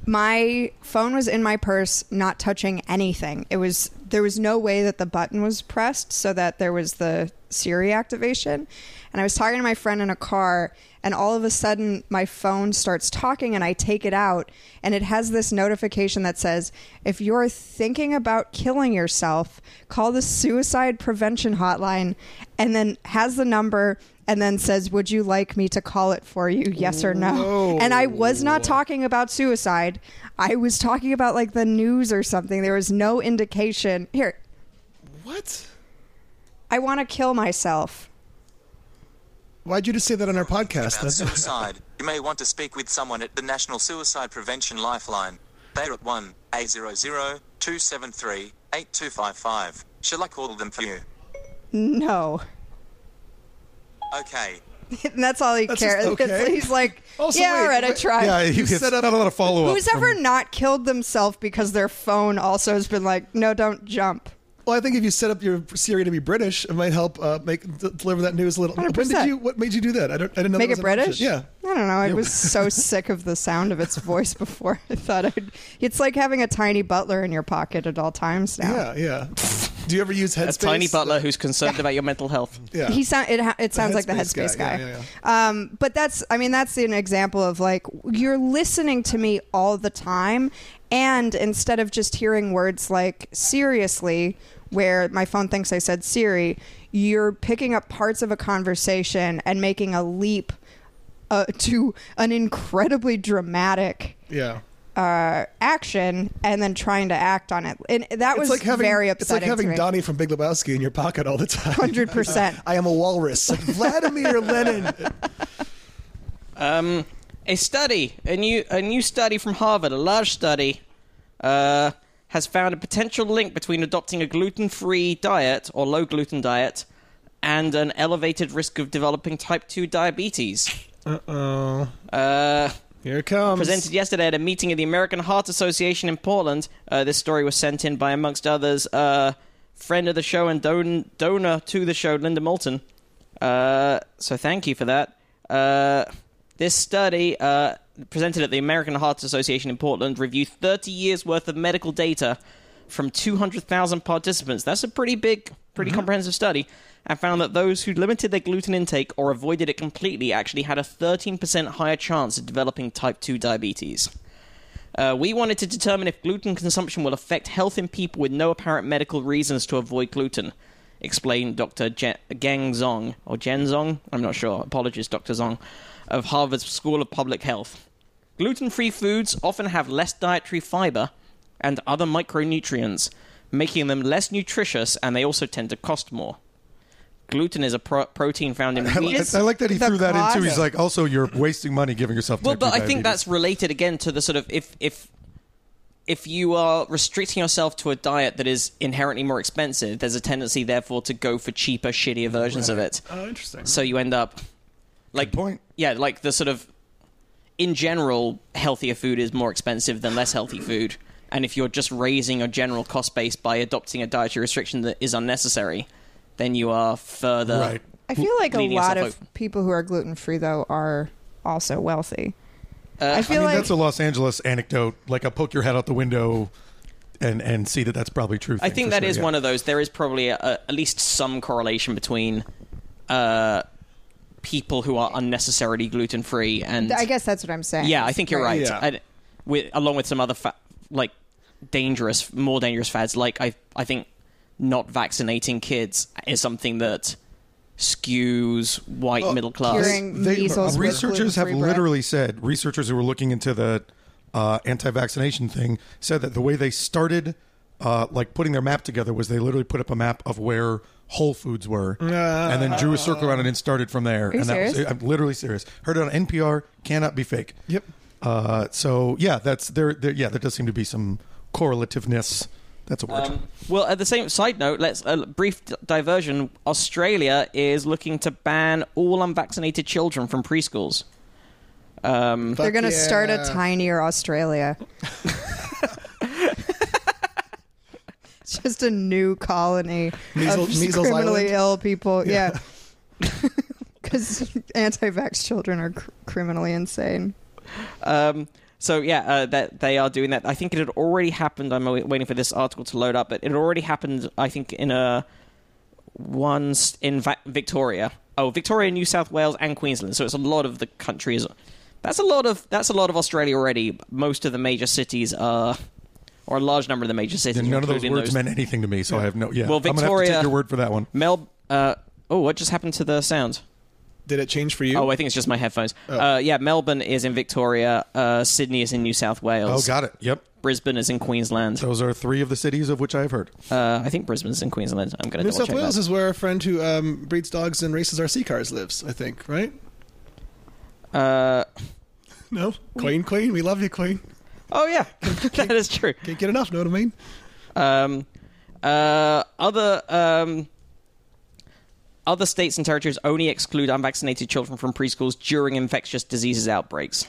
my phone was in my purse not touching anything it was there was no way that the button was pressed so that there was the siri activation and i was talking to my friend in a car and all of a sudden my phone starts talking and i take it out and it has this notification that says if you're thinking about killing yourself call the suicide prevention hotline and then has the number and then says, "Would you like me to call it for you? Yes or no?" And I was not talking about suicide. I was talking about like the news or something. There was no indication. Here,
what
I want to kill myself.
Why'd you just say that on our podcast?
about
That's-
suicide, you may want to speak with someone at the National Suicide Prevention Lifeline. They're at 1 800 273 8255. Shall I call them for you?
No.
Okay.
And that's all he
That's
cares.
just okay.
He's like,
Also,
yeah,
wait,
all right, I
wait-
tried.
yeah, you
Who's
set
set
up
up-
not a lot of follow up.
Who's ever not killed themselves because their phone also has been like, no, don't jump.
well, I think if you set up your Siri to be British, it might help uh, make d- deliver that news a little. When did
100%.
you? What made you do that? I don't. I didn't know.
Make
that
it
was an option.
British?
Yeah.
I don't know. I was so sick of the sound of its voice before. I thought I'd. It's like having a tiny butler in your pocket at all times now.
Yeah, yeah. Do you ever use
A
Headspace?
tiny butler who's concerned about your mental health.
Yeah.
He sound it. ha- It sounds like the
Headspace
headspace guy.
guy, yeah,
Um, but that's. I mean, that's an example of like you're listening to me all the time, and instead of just hearing words like seriously, where my phone thinks I said Siri, you're picking up parts of a conversation and making a leap uh, to an incredibly dramatic
yeah.
uh, action, and then trying to act on it. And that was very
it's like
upsetting.
having
to me.
Donnie from Big Lebowski in your pocket all the time.
100%.
I am a walrus, like Vladimir Lenin.
Um, a study, a new a new study from Harvard, a large study, uh, has found a potential link between adopting a gluten-free diet or low gluten diet and an elevated risk of developing type two diabetes.
Uh oh,
Uh,
here it comes.
presented yesterday at a meeting of the American Heart Association in Portland. Uh, this story was sent in by, amongst others, uh, friend of the show and don- donor to the show, Linda Moulton. Uh, so thank you for that. Uh, this study, uh, presented at the American Heart Association in Portland, reviewed 30 years worth of medical data from 200,000 participants. That's a pretty big, pretty comprehensive study. And found that those who limited their gluten intake or avoided it completely actually had a 13% higher chance of developing type 2 diabetes. Uh, we wanted to determine if gluten consumption will affect health in people with no apparent medical reasons to avoid gluten, explained Dr. Je- Gang Zong, or Jen Zong, I'm not sure, apologies, Dr. Zong, of Harvard's School of Public Health. Gluten free foods often have less dietary fiber and other micronutrients, making them less nutritious and they also tend to cost more. Gluten is a pro- protein found in meat.
I like that he
The
threw that into.
closet.
He's like, also, you're wasting money giving yourself.
Well,
type
but
two
I
diabetes.
think that's related again to the sort of if if if you are restricting yourself to a diet that is inherently more expensive, there's a tendency, therefore, to go for cheaper, shittier versions of it.
Oh, interesting.
So you end up like
point.
yeah, like the sort of in general, healthier food is more expensive than less healthy food. And if you're just raising your general cost base by adopting a dietary restriction that is unnecessary, then you are further
right.
I feel like a
Leading
lot of
yourself out.
people who are gluten free though are also wealthy.
Uh,
I
I
feel
I mean,
like
that's a Los Angeles anecdote. Like, I poke your head out the window, and and see that that's probably true.
I think that is one of those. There is probably a, a, at least some correlation between uh, people who are unnecessarily gluten free and
I guess that's what I'm saying.
yeah, I think you're right.
Yeah.
I- with, along with some other fa- like dangerous, more dangerous fads, like I I think not vaccinating kids is something that skews white middle class.
Curing measles. with
researchers have
gluten-free bread.
literally said researchers who were looking into the uh, anti-vaccination thing said that the way they started uh, like putting their map together was they literally put up a map of where whole foods were and then drew a circle around it and started from there
you
and that was
serious?
i'm literally serious heard it on npr cannot be fake
Yep.
uh, so yeah that's there, there yeah there does seem to be some correlativeness that's a word
Um, well, at the same side note, let's a brief d- diversion. Australia is looking to ban all unvaccinated children from preschools. Um,
They're going to
Fuck
start a
yeah.
tinier Australia. It's Just a new colony
Measles-
of
Measles
criminally
Island?
ill people. Yeah. Because anti vax children are cr- criminally insane.
um, so yeah, uh, that they are doing that. I think it had already happened. I'm wa- waiting for this article to load up, but it had already happened. I think in a once in Va- Victoria. Oh, Victoria, New South Wales, and Queensland. So it's a lot of the countries. That's a lot of that's a lot of Australia already. Most of the major cities are, or a large number of the major cities.
and none of those
including
words
those-
meant anything to me so i have no yeah
Well,
i'm gonna have to
Victoria-
take your word for that one
Mel. Uh, oh, what just happened to the sound?
Did it change for you?
Oh, I think it's just my headphones. Uh, yeah, Melbourne is in Victoria. Uh, Sydney is in New South
oh
Wales.
got it yep
Brisbane is in Queensland.
Those are three of the cities of which I've heard.
Uh, I think Brisbane's in Queensland. I'm going to
New
double
South
check
Wales
that.
is where a friend who um, breeds dogs and races RC cars lives, I think, right?
Uh,
No? Queen, Queen, we love you, Queen.
oh yeah, that is true.
Can't get enough, know what I mean?
Um, uh, other um, other states and territories only exclude unvaccinated children from preschools during infectious diseases outbreaks.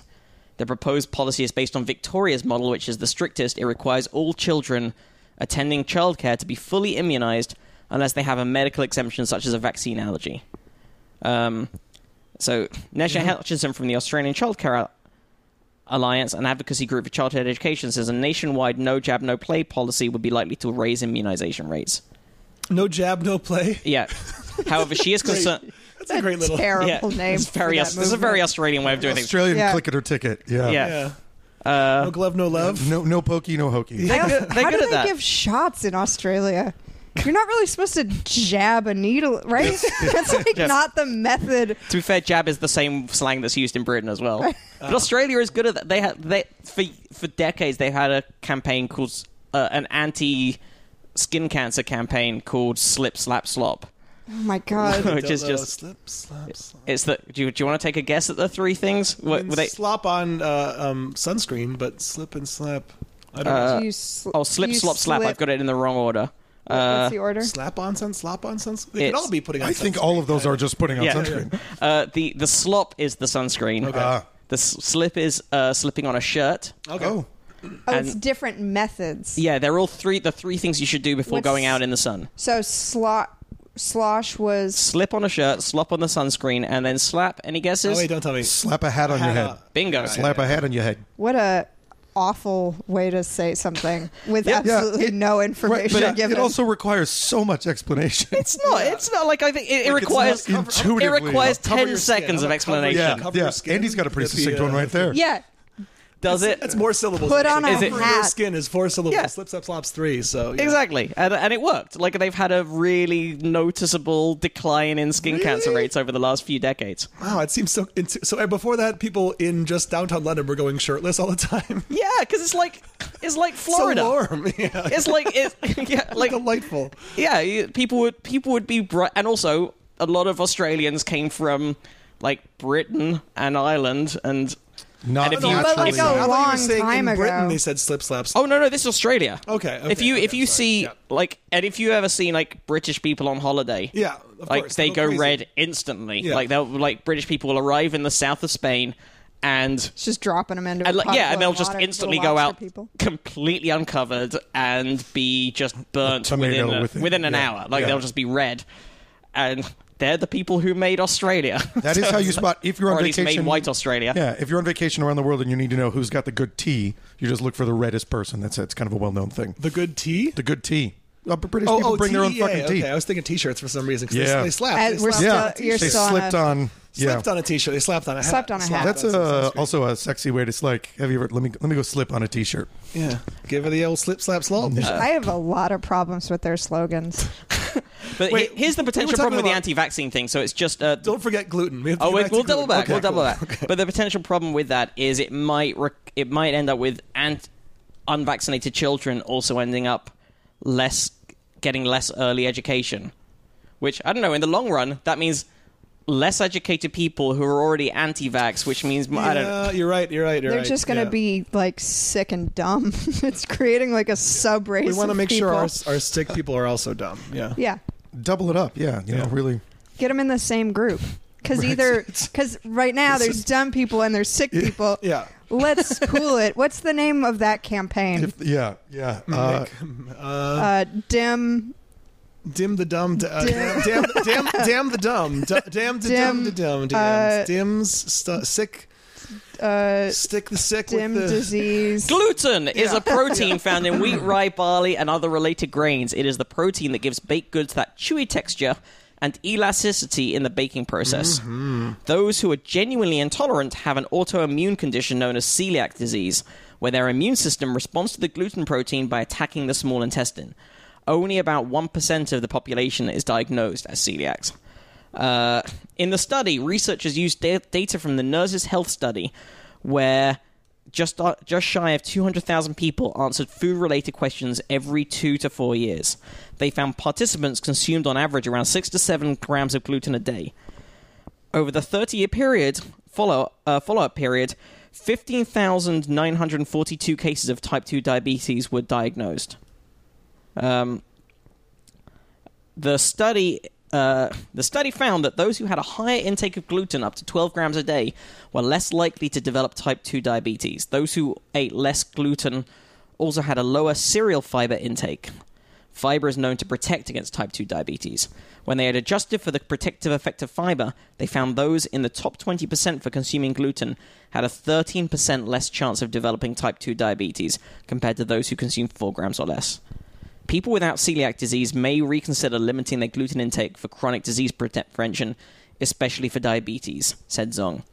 The proposed policy is based on Victoria's model, which is the strictest. It requires all children attending childcare to be fully immunized unless they have a medical exemption, such as a vaccine allergy. Um, so, Nesha Hutchinson from the Australian Childcare Al- Alliance, an advocacy group for childhood education, says a nationwide no jab, no play policy would be likely to raise immunization rates.
No jab, no play.
Yeah. However, she is concerned.
That's a great little.
Terrible
Yeah,
name.
it's very
for
Aus-
that
this is a very
movement.
Australian way of doing things.
Australian
Yeah.
click it or ticket. Yeah.
Yeah.
Yeah.
Uh,
no glove, no love.
No, no pokey, no hokey.
I
They're
also-
good- they're
How
good
do
at
they
that.
give shots in Australia? You're not really supposed to jab a needle, right? That's like
Yes.
not the method.
To be fair, jab is the same slang that's used in Britain as well. But Australia is good at that. They have they for for decades they've had a campaign called uh, an anti skin cancer campaign called Slip Slap Slop,
Oh my god.
which is
Dildo,
just
slip, slap, slap.
it's the. Do you, do you want to take a guess at the three things? What,
And
were they,
slop on uh, um, sunscreen, but slip and slap. I don't know.
Do you sl-
oh,
do
Slip
you
Slop Slap. I've got it in the wrong order.
What- What's the order?
Slap on sun, slop on sunscreen. They could
It's-
all be putting on.
I think
sunscreen.
all of those are just putting on
Yeah.
sunscreen.
Uh, the the slop is the sunscreen.
Ah.
The s- slip is uh, slipping on a shirt.
Okay.
Oh,
Oh, it's different methods.
Yeah, they're all three the three things you should do before
What's-
going out in the sun.
So slot slosh was
Slip on a shirt, slop on the sunscreen, and then slap. Any
Oh,
guesses?
wait, don't tell me.
slap a hat on your
Hat
head.
on.
Bingo.
Slap a hat on your head.
what a awful way to say something with absolutely
it-
no
Right,
uh,
information
but it,
given.
it also requires so so much explanation.
It's not. It's not like I think it, it
Like, it's not
requires.
intuitively-
It requires
Cover
ten
your skin.
seconds of
Cover-
explanation.
yeah,
Cover
yeah.
your skin.
Andy's got a pretty
Get the,
succinct one
uh,
right there.
yeah.
Does it?
That's more syllables.
Put on
actually.
a
Cover your
hat.
skin is four syllables.
Yeah.
Slip, slap, slops three. So yeah.
Exactly, and, and it worked. Like they've had a really noticeable decline in skin cancer rates over the last few decades.
Wow, it seems so. int- So and before that, people in just downtown London were going shirtless all the time.
Yeah, because it's like it's like Florida.
So warm. Yeah.
It's like it's yeah, like
delightful.
yeah, you- people would people would be bright, and also a lot of Australians came from like Britain and Ireland, and
Not
And if you-
naturally.
But like a
I thought you were
long
saying
time
in Britain
ago.
they said slip slaps.
oh no no, this is Australia.
Okay, okay,
if you if
okay,
you
sorry,
see
yeah.
like, and if you ever seen like British people on holiday,
Yeah, of
like
course,
they
they'll
go
go crazy.
red instantly.
Yeah.
Like they'll like British people will arrive in the south of Spain and.
It's just dropping them into a
And like,
pot
yeah,
of
and they'll
boiling
just
water,
instantly
little
go
lobster
out
People.
completely uncovered and be just burnt
tomato
within a-
with it.
within an
Yeah.
hour. Like
Yeah.
they'll just be red, and they're the people who made Australia.
That is how you spot if you're
or
on
at least
vacation.
made white Australia.
Yeah, if you're on vacation around the world and you need to know who's got the good tea, you just look for the reddest person. That's it. It's kind of a well-known thing.
The good tea.
The good tea. Uh, but British people bring their own
Oh, tea, yeah,
fucking
okay.
tea.
I was thinking t-shirts for some reason. 'cause
Yeah.
They, they slapped.
And
they
Uh, we're
slapped
still-
yeah,
on a
you're
they
t-shirt.
still on
slipped
a-
on. Yeah.
Slapped on a t-shirt. They slapped on a hat.
Slapped on a hat.
That's
on some
uh,
sunscreen.
also a sexy way to it's like. Have you ever? Let me let me go slip on a t-shirt.
yeah. Give her the old slip slap slop.
I have a lot of problems with their slogans.
But
Wait,
he- here's the
we were
potential
talking
problem with the
about-
anti-vaccine thing. So it's just uh,
Don't forget gluten. We have to
oh,
get
wait,
back to
we'll double
gluten.
back. we'll
Okay,
double
cool.
back. But the potential problem with that is it might re- it might end up with ant- unvaccinated children also ending up less getting less early education, which I don't know. In the long run, that means less educated people who are already anti-vax, which means I
Yeah,
don't.
you're right. You're right. You're
They're
right.
just going to
yeah.
be like sick and dumb. it's creating like a sub race.
We want to make sure our,
people.
our sick people are also dumb. Yeah.
yeah,
Double it up. Yeah, you know, really.
get them in the same group. Because
Right.
either because right now there's dumb people and there's sick people.
Yeah.
Let's pool it. What's the name of that campaign?
If, yeah, yeah. Uh,
um,
uh, dim
Dim the dumb. d- Uh,
Dim-
damn, damn, damn the dumb. D- damn the dumb.
Dim,
The dumb. Dims.
uh,
Dims. Stu- sick.
uh,
Stick the sick
dim
with the.
disease.
Gluten is a protein found in wheat, rye, barley, and other related grains. It is the protein that gives baked goods that chewy texture and elasticity in the baking process. Those who are genuinely intolerant have an autoimmune condition known as celiac disease, where their immune system responds to the gluten protein by attacking the small intestine. Only about 1% of the population is diagnosed as celiacs. Uh, in the study, researchers used da- data from the Nurses Health Study, where just uh, just shy of 200,000 people answered food-related questions every two to four years. They found participants consumed on average around six to seven grams of gluten a day. Over the 30-year period follow uh, follow-up period, 15,942 cases of type 2 diabetes were diagnosed. Um, the study uh, the study found that those who had a higher intake of gluten, up to 12 grams a day, were less likely to develop type 2 diabetes. Those who ate less gluten also had a lower cereal fiber intake. Fiber is known to protect against type 2 diabetes. When they had adjusted for the protective effect of fiber, they found those in the top 20% for consuming gluten had a 13% less chance of developing type 2 diabetes compared to those who consumed 4 grams or less. People without celiac disease may reconsider limiting their gluten intake for chronic disease prote- prevention, especially for diabetes, said Zong.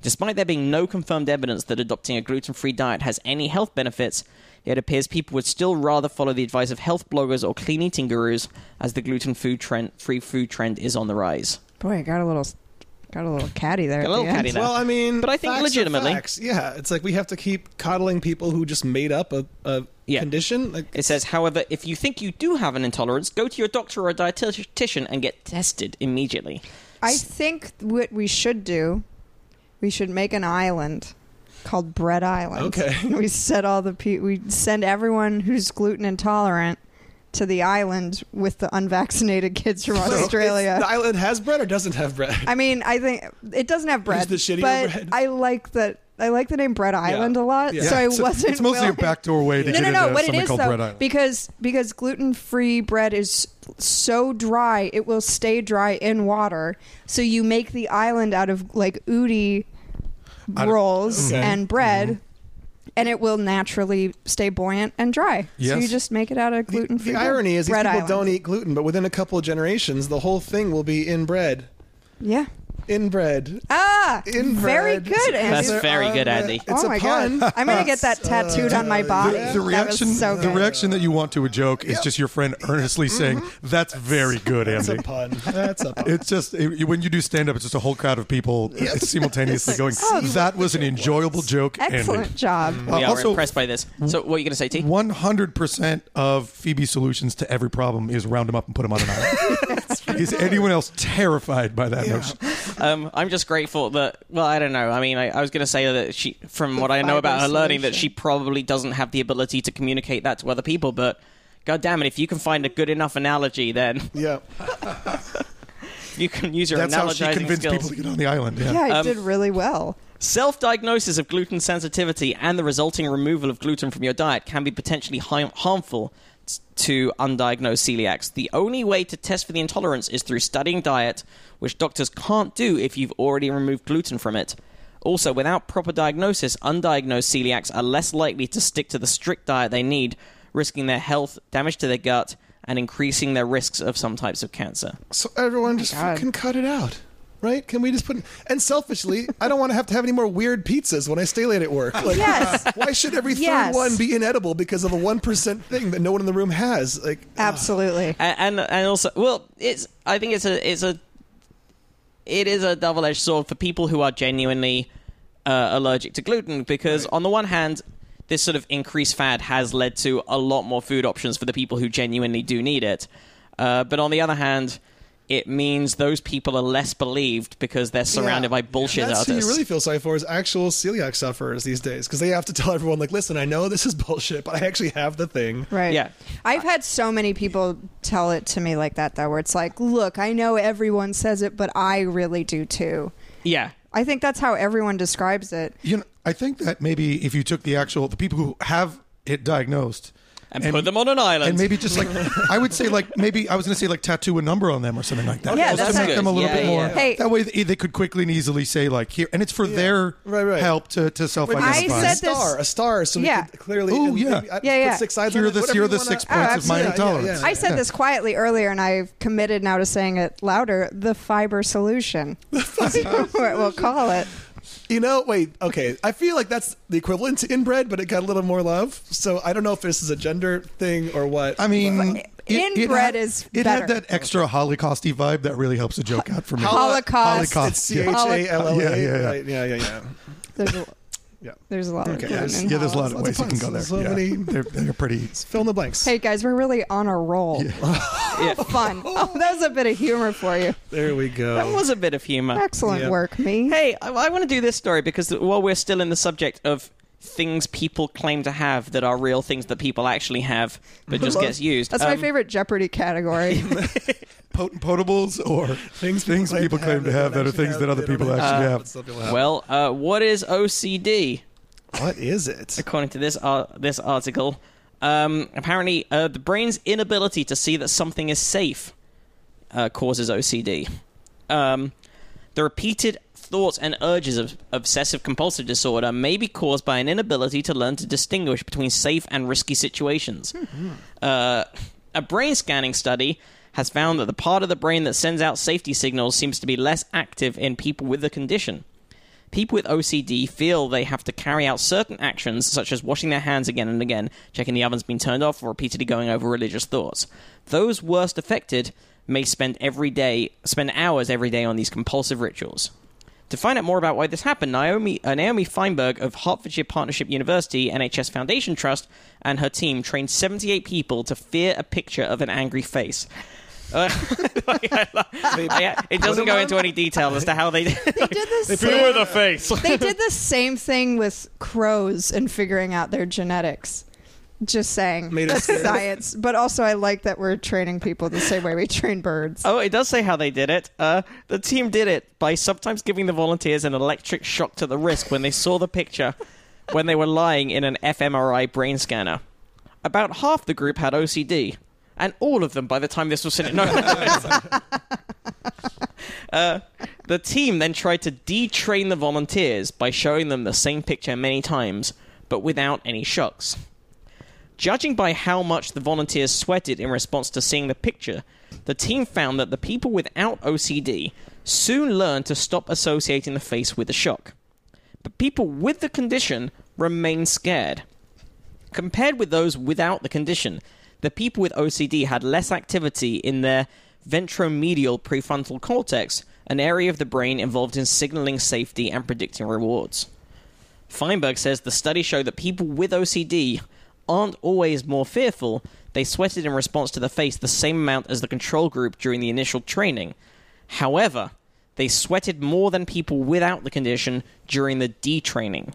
Despite there being no confirmed evidence that adopting a gluten free diet has any health benefits, it appears people would still rather follow the advice of health bloggers or clean eating gurus as the gluten food trend, free food trend is on the rise.
Boy, I got a little, got a little catty there.
Got a
at
little
the end.
catty there.
Well, I mean,
But I think
facts are
legitimately-
facts. yeah, it's like we have to keep coddling people who just made up a, a
Yeah.
condition. Like,
It says, however, if you think you do have an intolerance, go to your doctor or a dietitian and get tested immediately.
I think what we should do, we should make an island called Bread Island.
Okay.
We set all the pe- we send everyone who's gluten intolerant to the island with the unvaccinated kids from
So, it's-
Australia.
the island has bread or doesn't have bread.
I mean, I think it doesn't have bread,
the shittier
but
bread.
I like that. I like the name Bread Island a lot,
Yeah.
so I
it's,
wasn't.
it's mostly
willing-
a backdoor way to
no,
get
no, no.
into
What it
something
is
called Bread
though,
Island.
because because gluten free bread is so dry, it will stay dry in water. So you make the island out of like udi
I don't-
rolls
Okay. Mm-hmm.
and bread, and it will naturally stay buoyant and dry. So
Yes.
you just make it out of gluten free.
the irony is these
bread
people
island.
don't eat gluten, but within a couple of generations, the whole thing will be inbred.
Yeah.
Inbred.
Ah,
Inbred.
very good, Andy.
That's very good,
Uh,
Andy.
It's
oh
a
my
pun.
god! I'm gonna get that tattooed on my body.
the,
That
the
was
reaction,
so
the
good.
reaction that you want to a joke is just your friend earnestly saying, "That's very good,
That's a
Andy."
pun. That's a pun.
It's just it, when you do stand up, it's just a whole crowd of people simultaneously going, "That was an enjoyable joke." Andy."
Excellent job.
We
Uh,
are
also,
impressed by this. So, what are you going to say, T?
one hundred percent of Phoebe's solutions to every problem is round them up and put them on an island. is anyone else terrified by that notion?
um, I'm just grateful that. Well, I don't know. I mean, I, I was going to say that she, from what I know about her
fiber
learning, that
solution.
she probably doesn't have the ability to communicate that to other people. But God damn it, if you can find a good enough analogy, then
yeah.
you can use your
That's how she
analogizing
convinced people
skills.
to get on the island.
Yeah, I did really well.
Self-diagnosis of gluten sensitivity and the resulting removal of gluten from your diet can be potentially hi- harmful t- to undiagnosed celiacs. The only way to test for the intolerance is through studying diet, which doctors can't do if you've already removed gluten from it. Also, without proper diagnosis, undiagnosed celiacs are less likely to stick to the strict diet they need, risking their health, damage to their gut, and increasing their risks of some types of cancer.
So everyone just
Oh God.
fucking cut it out. Right? Can we just put and selfishly, I don't want to have to have any more weird pizzas when I stay late at work. Like,
Yes.
Why should every third
Yes.
one be inedible because of a one percent thing that no one in the room has? Like ah.
Absolutely.
and and- and also well it's i think it's a it's a it is a double-edged sword for people who are genuinely uh, allergic to gluten because on the one hand this sort of increased fad has led to a lot more food options for the people who genuinely do need it uh, but on the other hand it means those people are less believed because they're surrounded by bullshit
That's who
artists
you really feel sorry for is actual celiac sufferers these days because they have to tell everyone like, listen, I know this is bullshit, but I actually have the thing.
Right.
Yeah.
I've had so many people tell it to me like that, though, where it's like, look, I know everyone says it, but I really do too.
yeah
I think that's how everyone describes it.
You know, I think that maybe if you took the actual the people who have it diagnosed
And put them on an island.
and maybe just like I would say, like maybe I was going to say like tattoo a number on them or something like that.
Yeah,
just
that's
to make
good.
them a little
Yeah,
bit more.
yeah.
Hey.
That way they, they could quickly and easily say like here, and it's for their
Right, right.
help to to self identify.
I
A
said-
star, a star, so
Yeah.
we could clearly.
Ooh,
and
yeah.
maybe I-
Yeah, yeah.
Put six sides
Here
on
are the-
it, whatever
here are
you
the
wanna-
six
Oh,
points
of my
absolutely. Oh, Yeah, yeah,
intolerance.
I said
Yeah.
this quietly earlier, and I've committed now to saying it louder the fiber solution. what we'll call it.
You know, wait, okay. I feel like that's the equivalent to inbred, but it got a little more love. So I don't know if this is a gender thing or what.
I mean, it- it
Inbred
had-
is
It
better.
had that extra Holocausty vibe that really helps a joke out for me.
Holocaust.
Holocaust.
it's C H A L L A.
Yeah, yeah, yeah.
right? Yeah, yeah, yeah.
There's a-
Yeah.
There's a lot of
Okay.
good
Yes.
in
yeah, there's a lot
Lots
of ways
Hollis.
of
you can
puns.
go there.
So
yeah.
many-
They're, they're pretty.
Fill in the blanks.
Hey guys, we're really on a roll.
Yeah.
Fun. Oh, that was a bit of humor for you.
There we
That
go.
was a bit of humor.
Excellent
Yeah.
work, me.
Hey, I, I want to do this story because while we're still in the subject of things people claim to have that are real things that people actually have but just gets used.
That's my
um,
favorite Jeopardy category.
Potent potables or
Things
things,
people claim to
people claim
have
to
that
have that are
actually
things
have
that other
they don't
people
have.
actually
Uh,
have.
some people have.
Well, uh, what is OCD?
What is it?
according to this ar- this article. Um, apparently, uh, the brain's inability to see that something is safe uh, causes OCD. Um, the repeated thoughts and urges of obsessive compulsive disorder may be caused by an inability to learn to distinguish between safe and risky situations. Uh, a brain scanning study has found that the part of the brain that sends out safety signals seems to be less active in people with the condition. People with OCD feel they have to carry out certain actions, such as washing their hands again and again, checking the oven's been turned off, or repeatedly going over religious thoughts. Those worst affected may spend every day, spend hours every day on these compulsive rituals. To find out more about why this happened, Naomi, uh, Naomi Feinberg of Hertfordshire Partnership University NHS Foundation Trust and her team trained 78 people to fear a picture of an angry face. Uh, yeah, it doesn't go into any detail as to how they
they did the
Fear
same.
the face.
They did the same thing with crows and figuring out their genetics. Just saying,
Made us-
science. But also, I like that we're training people the same way we train birds.
Oh, it does say how they did it. Uh, the team did it by sometimes giving the volunteers an electric shock to the wrist when they saw the picture when they were lying in an fMRI brain scanner. About half the group had OCD, and all of them by the time this was sent. No. uh, the team then tried to detrain the volunteers by showing them the same picture many times, but without any shocks. Judging by how much the volunteers sweated in response to seeing the picture, the team found that the people without OCD soon learned to stop associating the face with the shock. But people with the condition remain scared. Compared with those without the condition, the people with OCD had less activity in their ventromedial prefrontal cortex, an area of the brain involved in signaling safety and predicting rewards. Feinberg says the study showed that people with OCD aren't always more fearful. They sweated in response to the face the same amount as the control group during the initial training. However, they sweated more than people without the condition during the detraining.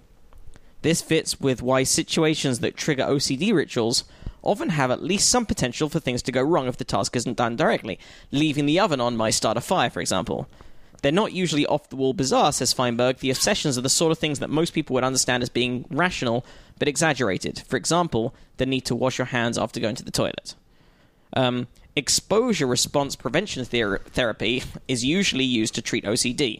This fits with why situations that trigger OCD rituals often have at least some potential for things to go wrong if the task isn't done directly. Leaving the oven on might start a fire, for example. They're not usually off the wall bizarre, says Feinberg. The obsessions are the sort of things that most people would understand as being rational, but exaggerated. For example, the need to wash your hands after going to the toilet. Um, exposure response prevention ther- therapy is usually used to treat OCD.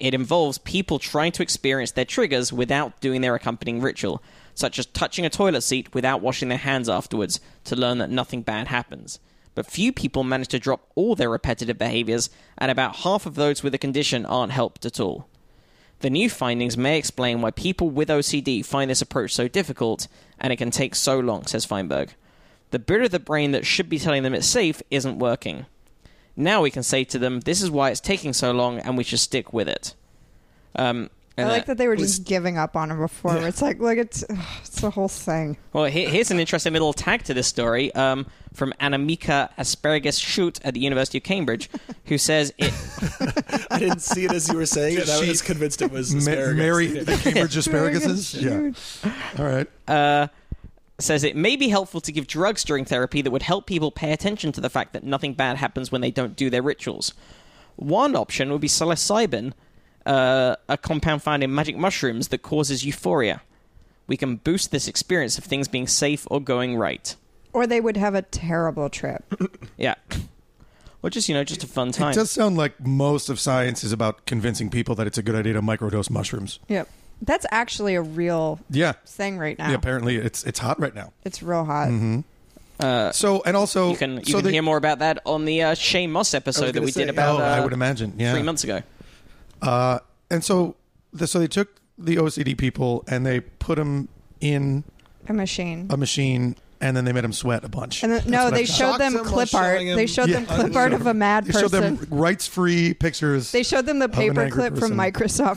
It involves people trying to experience their triggers without doing their accompanying ritual, such as touching a toilet seat without washing their hands afterwards to learn that nothing bad happens. But few people manage to drop all their repetitive behaviors, and about half of those with the condition aren't helped at all. The new findings may explain why people with OCD find this approach so difficult and it can take so long, says Feinberg. The bit of the brain that should be telling them it's safe isn't working. Now we can say to them, this is why it's taking so long and we should stick with it. Um,
I
and, uh,
like that they were just giving up on him before. It's like, look, it's ugh, it's the whole thing.
Well, he- here's an interesting little tag to this story um, from Anamika Asparagus Shoot at the University of Cambridge, who says it.
I didn't see it as you were saying it. and I
She-
was convinced it was
Ma-
asparagus.
Mary, the Cambridge asparaguses. Yeah.
Huge.
All right.
says it may be helpful to give drugs during therapy that would help people pay attention to the fact that nothing bad happens when they don't do their rituals. One option would be psilocybin, uh, a compound found in magic mushrooms that causes euphoria. We can boost this experience of things being safe or going right.
Or they would have a terrible trip.
Yeah. Or just, you know, just a fun time.
It does sound like most of science is about convincing people that it's a good idea to microdose mushrooms.
Yep, that's actually a real
Yeah.
thing right now.
Yeah, apparently it's it's hot right now.
It's real hot.
Mm-hmm. So and also
Uh, you can, you
so
can
they-
hear more about that on the uh, Shane Moss episode that
gonna
we
say,
did about
oh,
uh,
I would imagine. Yeah.
three months ago.
Uh, and so the, so they took the OCD people and they put them in
A machine.
Um, a machine and then they made him sweat a bunch.
And then, no,
what
they
I've got.
showed
Shocked
them
them while
clip art.
showing
They
him-
showed them
Yeah.
clip art of a mad
They showed them
person.
rights-free pictures.
They showed them the
an angry
paperclip from
person. Uh, uh-huh.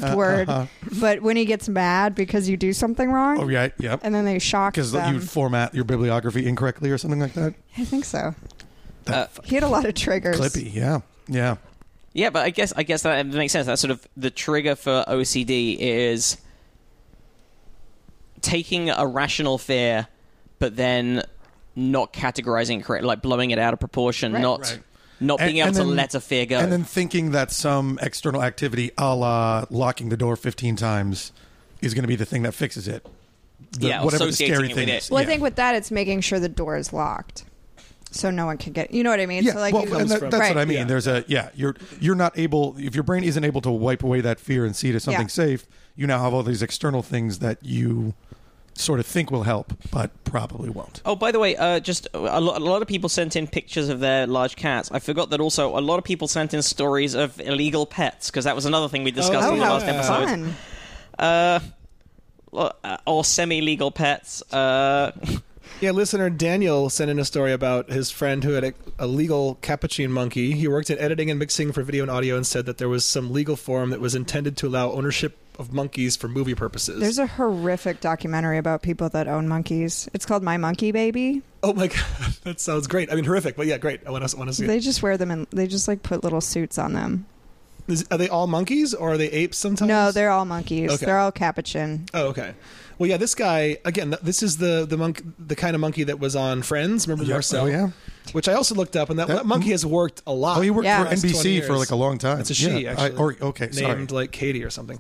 Microsoft Word. But when he gets mad because you do something wrong,
oh yeah, yeah.
and then they shock
Because
them.
you format your bibliography incorrectly or something like that.
I think so.
That
Uh,
He had a lot of triggers.
Clippy, yeah, yeah.
Yeah, but I guess I guess that makes sense. That's sort of the trigger for OCD is taking a rational fear, but then not categorizing it correctly, like blowing it out of proportion,
Right.
not
Right.
not being able to
then-
let a fear go.
And then thinking that some external activity, a la locking the door 15 times, is going to be the thing that fixes it. The-
Yeah,
whatever the
associating
scary
it with
thing
it.
is.
Well,
Yeah.
I think with that, it's making sure the door is locked, so no one can get. You know what I mean?
yeah,
so like,
well,
you-
and that-
from-
that's
Right.
what I mean.
Yeah.
There's a yeah. You're you're not able if your brain isn't able to wipe away that fear and see it as something
Yeah.
safe. You now have all these external things that you sort of think will help, but probably won't.
Oh, by the way, uh, just a, lo- a lot of people sent in pictures of their large cats. I forgot that also a lot of people sent in stories of illegal pets because that was another thing we discussed
oh,
in the
how
last episode.
fun!
Lo- uh, Or semi-legal pets. Uh,
Yeah, listener Daniel sent in a story about his friend who had a, a legal capuchin monkey. He worked in editing and mixing for video and audio and said that there was some legal form that was intended to allow ownership of monkeys for movie purposes.
There's a horrific documentary about people that own monkeys. It's called My Monkey Baby.
oh my god, that sounds great. I mean, horrific, but yeah, great. I want to, want to see
They
it.
just wear them and they just like put little suits on them.
Is, are they all monkeys or are they apes sometimes?
No, they're all monkeys.
Oh, Okay.
They're all capuchin.
Oh, okay. Well, yeah, this guy again. th- This is the the monk, the kind of monkey that was on Friends. Remember
Yep.
Marcel?
Oh, yeah.
Which I also looked up, and that,
That-
monkey has worked a lot.
Oh, you worked
Yeah.
for
That's
NBC
20
for
years.
like a long time.
It's a she,
Yeah, I-
actually.
or okay, sorry, Mm-hmm.
named like Katie or something.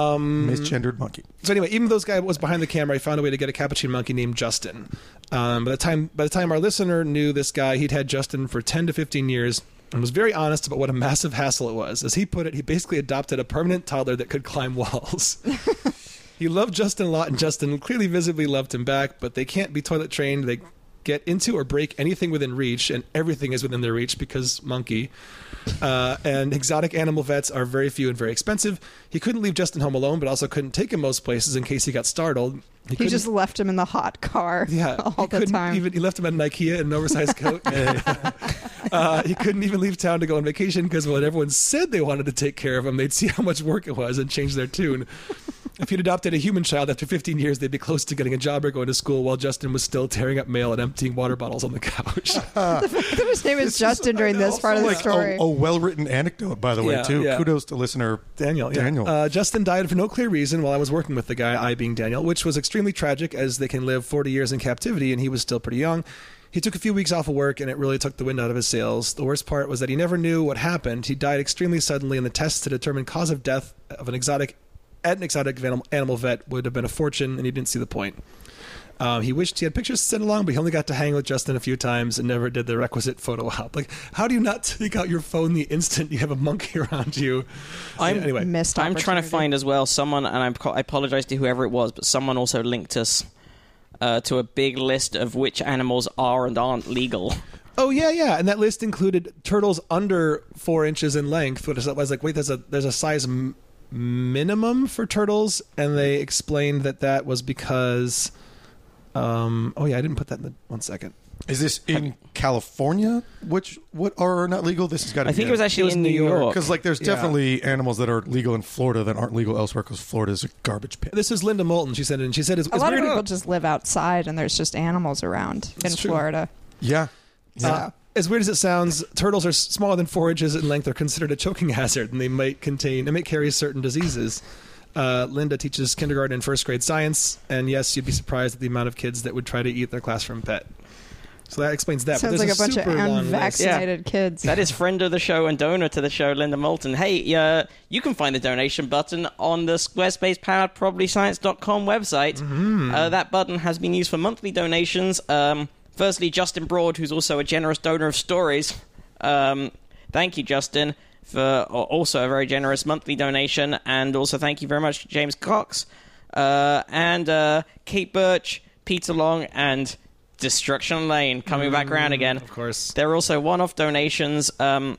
misgendered monkey.
So anyway, even though this guy was behind the camera, I found a way to get a capuchin monkey named Justin. Um, by the time by the time our listener knew this guy, he'd had Justin for ten to fifteen years and was very honest about what a massive hassle it was. As he put it, he basically adopted a permanent toddler that could climb walls. he loved Justin a lot, and Justin clearly visibly loved him back. But they can't be toilet trained. They get into or break anything within reach, and everything is within their reach because monkey uh, and exotic animal vets are very few and very expensive. He couldn't leave Justin home alone, but also couldn't take him most places in case he got startled. He,
He
couldn't-
just left him in the hot car
yeah,
all
he
the
couldn't
time.
Even, he left him at an IKEA in an oversized coat. uh, he couldn't even leave town to go on vacation because when everyone said they wanted to take care of him, they'd see how much work it was and change their tune. If he'd adopted a human child after 15 years, they'd be close to getting a job or going to school while Justin was still tearing up mail and emptying water bottles on the couch.
His name is Justin during this part of the
oh,
Like
story.
a, a well-written anecdote, by the way,
Yeah,
too.
yeah.
Kudos to listener
Daniel. yeah.
Daniel.
Uh, Justin died for no clear reason while I was working with the guy, I being Daniel, which was extremely tragic as they can live 40 years in captivity and he was still pretty young. He took a few weeks off of work and it really took the wind out of his sails. The worst part was that he never knew what happened. He died extremely suddenly, and the tests to determine cause of death of an exotic at an exotic animal, animal vet would have been a fortune, and he didn't see the point. Um, he wished he had pictures to send along, but he only got to hang with Justin a few times and never did the requisite photo op. Like, how do you not take out your phone the instant you have a monkey around you?
I'm-
anyway,
Missed
I'm trying to
opportunity.
find as well someone, and I'm, I apologize to whoever it was, but someone also linked us uh, to a big list of which animals are and aren't legal.
Oh yeah, yeah, and that list included turtles under four inches in length. Which I was like, wait, there's a there's a size m- minimum for turtles, and they explained that that was because. Um, oh yeah, I didn't put that in the one second.
Is this in California? Which what are not legal? This has got to.
I think it was actually
was
in
New
New
York,
York.
because like there's
Yeah.
definitely animals that are legal in Florida that aren't legal elsewhere because Florida is a garbage pit.
This is Linda Moulton. She said, it, and she said, it's,
A
it's
lot of
weird-
people just live outside and there's just animals around in
It's true.
Florida.
Yeah. Yeah.
Uh, as weird as it sounds, turtles are s- smaller than four inches in length. They're considered a choking hazard, and they might contain, they might carry certain diseases. Uh, Linda teaches kindergarten and first grade science, and yes, you'd be surprised at the amount of kids that would try to eat their classroom pet. So that explains that. but
Sounds
there's
like a bunch of
super long list.
unvaccinated kids.
That is friend of the show and donor to the show, Linda Moulton. Hey, uh, you can find the donation button on the Squarespace powered probablyscience.com website.
Hmm.
Uh, that button has been used for monthly donations. Um, firstly, Justin Broad, who's also a generous donor of stories. Um, thank you, Justin, for a- also a very generous monthly donation. And also, thank you very much to James Cox uh, and uh, Kate Birch, Peter Long, and Destruction Lane coming back around again.
Hmm, Of course.
There are also one off donations um,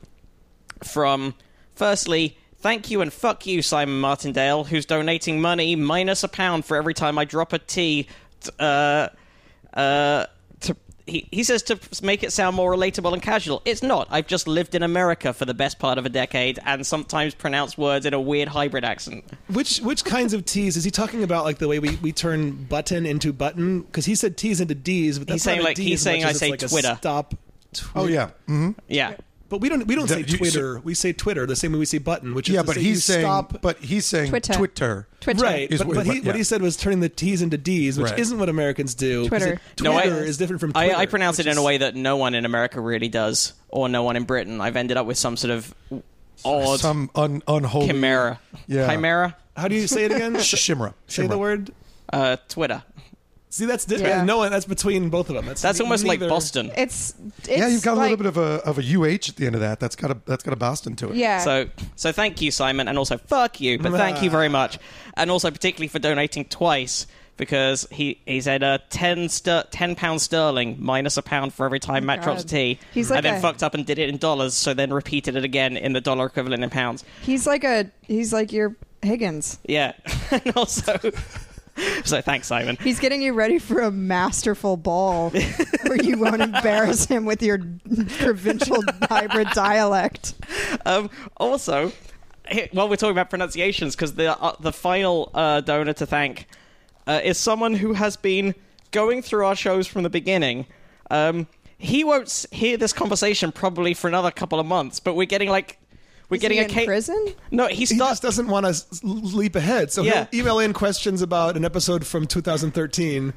from, firstly, thank you and fuck you, Simon Martindale, who's donating money minus a pound for every time I drop a T. t- Uh, uh, he, he says to make it sound more relatable and casual. It's not. I've just lived in America for the best part of a decade and sometimes pronounce words in a weird hybrid accent.
Which which kinds of T's is he talking about? Like the way we, we turn button into button because he said T's into D's, but that's
He's saying,
not a
like,
D
he's
as
saying
much
I
as it's
say
like a
Twitter.
Stop. Twitter.
Oh yeah, hmm
Yeah.
but we don't we don't
The-
say
you-
Twitter. we say Twitter the same way we say button, which is
yeah.
to
But
say you
he's saying,
stop.
but he's saying
Twitter.
Twitter.
Twitter.
Right,
Is
but,
what-
but he,
but-
what
yeah.
he said was turning the T's into D's, which
Right.
isn't what Americans do.
Twitter.
Twitter
No, I-
is different from
I,
Twitter.
I pronounce it
which
in a
is-
way that no one in America really does, or no one in Britain. I've ended up with some sort of odd
Some un, unholy
chimera.
Yeah.
Chimera?
How do you say it again?
Sh-
say
Shimra.
the
Shimra.
word.
Uh, Twitter.
See, that's different.
Yeah.
No one. That's between both of them. That's,
That's
ne-
almost
neither-
like Boston.
It's, it's
Yeah, you've got a
like,
little bit of a of a UH at the end of that. That's got a that's got a Boston to it.
yeah.
So, so thank you, Simon, and also fuck you, but thank you very much, and also particularly for donating twice because he he said uh, ten ster- ten pounds sterling minus a pound for every time Matt drops
Oh God.
tea,
He's
and
like
then
a-
fucked up and did it in dollars, so then repeated it again in the dollar equivalent in pounds.
he's like a he's like your Higgins.
Yeah, and also, so thanks, Simon.
He's getting you ready for a masterful ball where you won't embarrass him with your provincial hybrid dialect.
Um, also, he- while we're talking about pronunciations, because the uh, the final uh, donor to thank uh, is someone who has been going through our shows from the beginning. Um, he won't s- hear this conversation probably for another couple of months, but we're getting like we're
Is
getting
he
a
in
ca-
prison?
No, he
He
starts.
just doesn't want to leap ahead, so
Yeah.
he'll email in questions about an episode from 2013.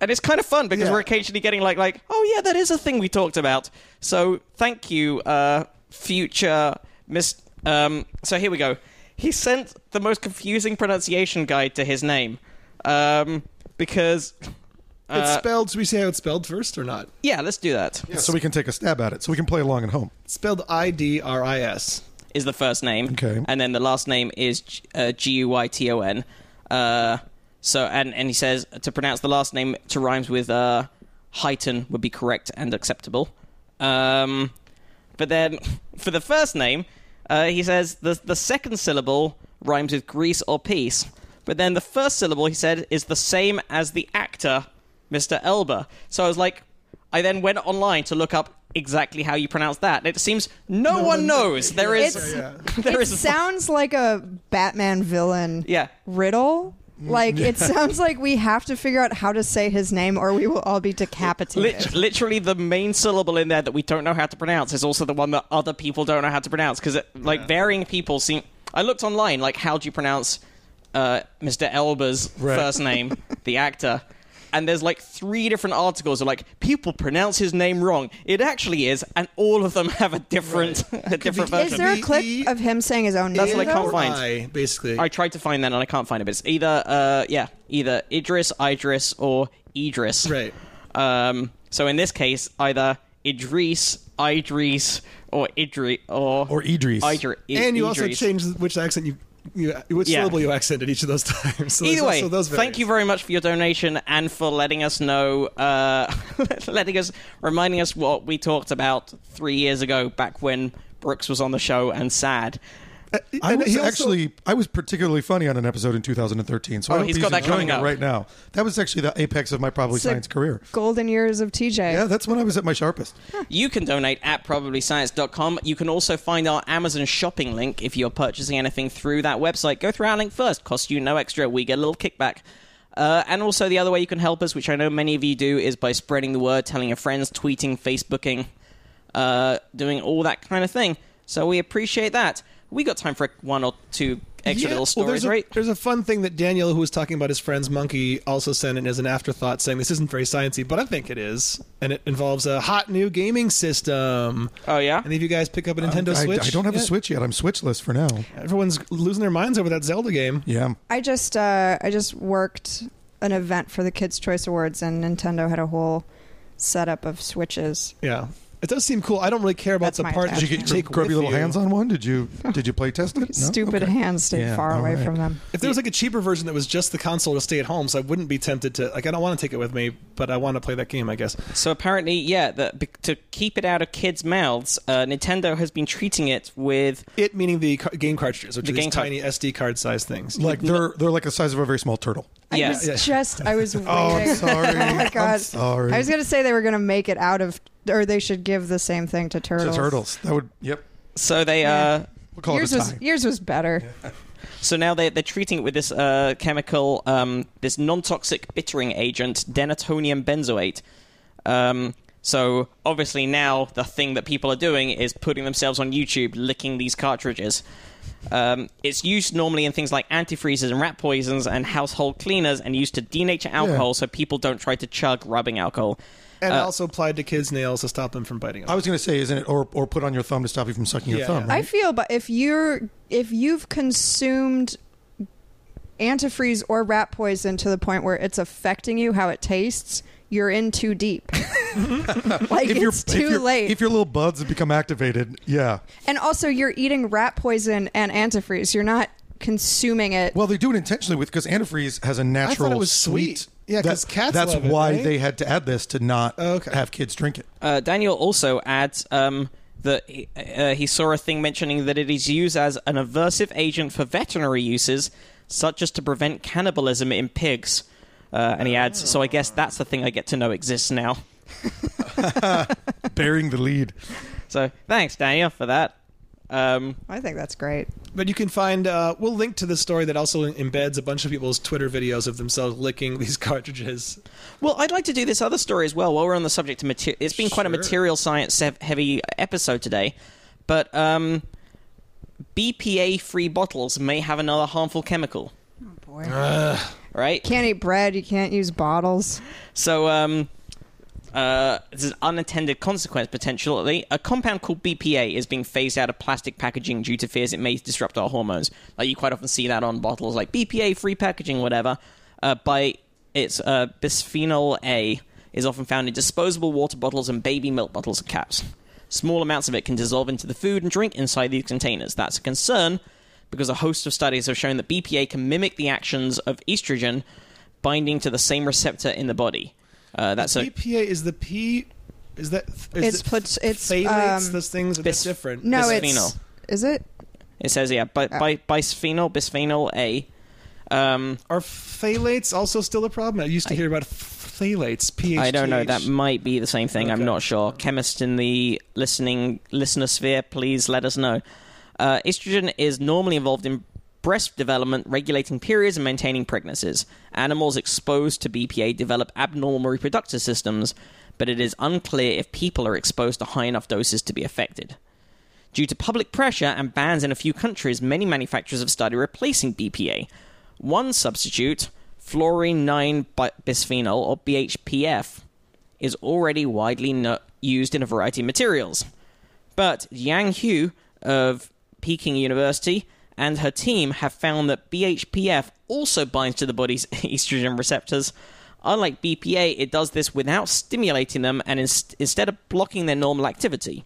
and it's kind of fun because
Yeah.
we're occasionally getting like like oh yeah that is a thing we talked about so thank you uh future miss um so here we go he sent the most confusing pronunciation guide to his name um because
it's
uh,
spelled. Should we say how it's spelled first or not?
yeah let's do that. Is
So we can take a stab at it. So we can play along at home.
It's spelled I D R I S.
the first name
Okay.
and then the last name is G- uh, g-u-y-t-o-n uh so and and he says to pronounce the last name to rhymes with uh heighten would be correct and acceptable um But then for the first name, uh, he says the the second syllable rhymes with Greece or peace. But then the first syllable he said is the same as the actor, Mr. Elba. So I was like, I then went online to look up exactly how you pronounce that. It seems no, one knows. There is
It's-
Yeah.
there
it
is
sounds like a Batman villain
Yeah.
riddle.
Mm.
Like it sounds like we have to figure out how to say his name or we will all be decapitated.
Lit- literally the main syllable in there that we don't know how to pronounce is also the one that other people don't know how to pronounce because like varying people seem i looked online like how do you pronounce uh, mr elba's
Right.
first name the actor and there's like three different articles of like people pronounce his name wrong it actually is and all of them have a different a different
be-
Is
version
there a
B-
clip of him saying his own name?
That's what I
though?
can't find.
I basically.
i tried to find that and i can't find it but it's either uh, yeah either idris idris or idris
right.
um, so in this case, either Idris, Idris, or Idri, or
Or Idris.
Idri- I-
And you also
E- Idris.
change which accent you, you which
Yeah.
syllable you accented each of those times. So
Either
there's
way,
also those
thank you
variants.
very much for your donation and for letting us know, uh, letting us, reminding us what we talked about three years ago, back when Brooks was on the show and sad.
I
And
was
he also-
actually I was particularly funny on an episode in 2013. So I
Oh,
hope
he's
he's
got that
enjoying
coming
it
up.
right now. That was actually the apex of my probably
It's the
science career.
Golden years of TJ.
Yeah, that's when I was at my sharpest.
You can donate at probablyscience.com. You can also find our Amazon shopping link if you're purchasing anything through that website. Go through our link first, costs you no extra. We get a little kickback. Uh, and also, the other way you can help us, which I know many of you do, is by spreading the word, telling your friends, tweeting, Facebooking, uh, doing all that kind of thing. So we appreciate that. We got time for one or two extra
Yeah,
little
well,
stories,
there's a,
right?
There's a fun thing that Daniel, who was talking about his friend's monkey, also sent in as an afterthought, saying this isn't very sciencey, but I think it is, and it involves a hot new gaming system.
Oh, yeah?
Any of you guys pick up a Nintendo
Uh, I,
Switch?
I don't have a
yet?
Switch yet. I'm switchless for now.
Everyone's losing their minds over that Zelda game.
Yeah.
I just uh, I just worked an event for the Kids Choice Awards and Nintendo had a whole setup of switches.
Yeah, it does seem cool. I don't really care about
That's
the
my
part that
Did
Did
you
you
Okay.
get your
take
grubby
with
little
you.
hands on one? Did you did you play test it? No?
Stupid
Okay.
hands stay
Yeah,
far
all
away
right.
from them.
If there was like a cheaper version that was just the console to stay at home, so I wouldn't be tempted to like I don't want to take it with me, but I want to play that game. I guess.
So apparently, yeah, the, be- to keep it out of kids' mouths, uh, Nintendo has been treating it with
It meaning the ca- game cartridges, which
The
are these
game cart-
tiny SD card size things.
Like they're they're like the size of a very small turtle.
I
Yeah.
was
Yeah.
just I was waiting.
Oh, I'm sorry.
Oh my god.
I'm sorry.
I was gonna say they were gonna make it out of, or they should give the same thing to turtles.
Just turtles. That would. Yep.
So they uh,
We'll call
yours
it a
was
tie.
yours was better.
so now they they're treating it with this uh, chemical, um, this non-toxic bittering agent, denatonium benzoate. Um, so obviously now the thing that people are doing is putting themselves on YouTube licking these cartridges. Um, it's used normally in things like antifreezes and rat poisons and household cleaners, and used to denature alcohol so people don't try to chug rubbing alcohol.
and
Uh,
also applied to kids' nails to stop them from biting.
I
Them.
was going to say, isn't it, or or put on your thumb to stop you from sucking
Yeah.
your thumb?
I
Right?
feel, but if you're if you've consumed antifreeze or rat poison to the point where it's affecting you how it tastes, you're in too deep. like
if
it's
if
too late.
If your little buds have become activated, yeah.
and also, you're eating rat poison and antifreeze. You're not consuming it.
Well, they do it intentionally with because antifreeze has a natural
it was
sweet.
sweet. Yeah, 'cause cats
That's
love it,
why
right?
they had to add this to not
Okay.
have kids drink it.
Uh, Daniel also adds um, that he, uh, he saw a thing mentioning that it is used as an aversive agent for veterinary uses, such as to prevent cannibalism in pigs. Uh, and he adds, so I guess that's the thing I get to know exists now.
Bearing the lead.
So thanks, Daniel, for that. Um,
I think that's great.
But you can find. Uh, we'll link to this story that also embeds a bunch of people's Twitter videos of themselves licking these cartridges.
well, I'd like to do this other story as well while we're on the subject of material. It's been quite a
Sure.
material science hev- heavy episode today, but um, BPA free bottles may have another harmful chemical,
Boy.
right?
can't eat bread. You can't use bottles.
So, um, uh, this is unintended consequence potentially. A compound called BPA is being phased out of plastic packaging due to fears it may disrupt our hormones. Like you quite often see that on bottles, like BPA free packaging, whatever. Uh, by its uh, bisphenol A is often found in disposable water bottles and baby milk bottles and caps. Small amounts of it can dissolve into the food and drink inside these containers. That's a concern because a host of studies have shown that BPA can mimic the actions of estrogen binding to the same receptor in the body. Uh, that's a
BPA is the P. Is that is
It's
it
put- it's,
phthalates?
um,
those things are
bis-
different.
No,
Bisphenol.
it's is it?
It says yeah, bi- bi- bisphenol, bisphenol A. Um,
Are phthalates also still a problem? I used to hear about phthalates. PHTH.
I don't know. That might be the same thing. I'm not sure. Chemist in the listening listener sphere, please let us know. Uh, estrogen is normally involved in breast development, regulating periods, and maintaining pregnancies. Animals exposed to BPA develop abnormal reproductive systems, but it is unclear if people are exposed to high enough doses to be affected. Due to public pressure and bans in a few countries, many manufacturers have started replacing BPA. One substitute, fluorine 9 bi- bisphenol or BHPF, is already widely no- used in a variety of materials. But Yang Hu of Peking University and her team have found that BHPF also binds to the body's estrogen receptors. Unlike BPA, it does this without stimulating them and inst instead of blocking their normal activity.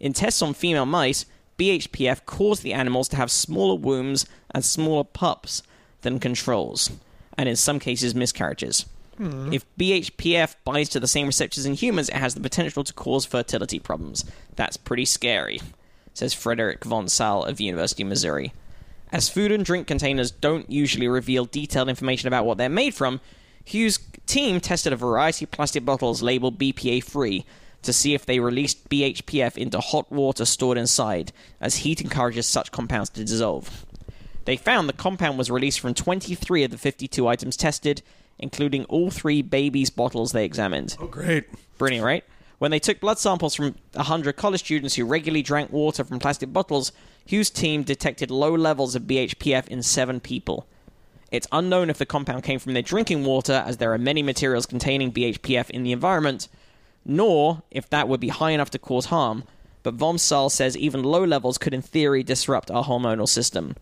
In tests on female mice, BHPF caused the animals to have smaller wombs and smaller pups than controls, and in some cases, miscarriages. If BHPF binds to the same receptors in humans, it has the potential to cause fertility problems. That's pretty scary, says Frederick von Saal of University of Missouri. As food and drink containers don't usually reveal detailed information about what they're made from, Hughes' team tested a variety of plastic bottles labeled BPA free to see if they released BHPF into hot water stored inside, as heat encourages such compounds to dissolve. They found the compound was released from 23 of the 52 items tested, including all three babies' bottles they examined.
Oh, great.
Brilliant, right? When they took blood samples from 100 college students who regularly drank water from plastic bottles, Hughes' team detected low levels of BHPF in seven people. It's unknown if the compound came from their drinking water, as there are many materials containing BHPF in the environment, nor if that would be high enough to cause harm. But Vomsal says even low levels could, in theory, disrupt our hormonal system.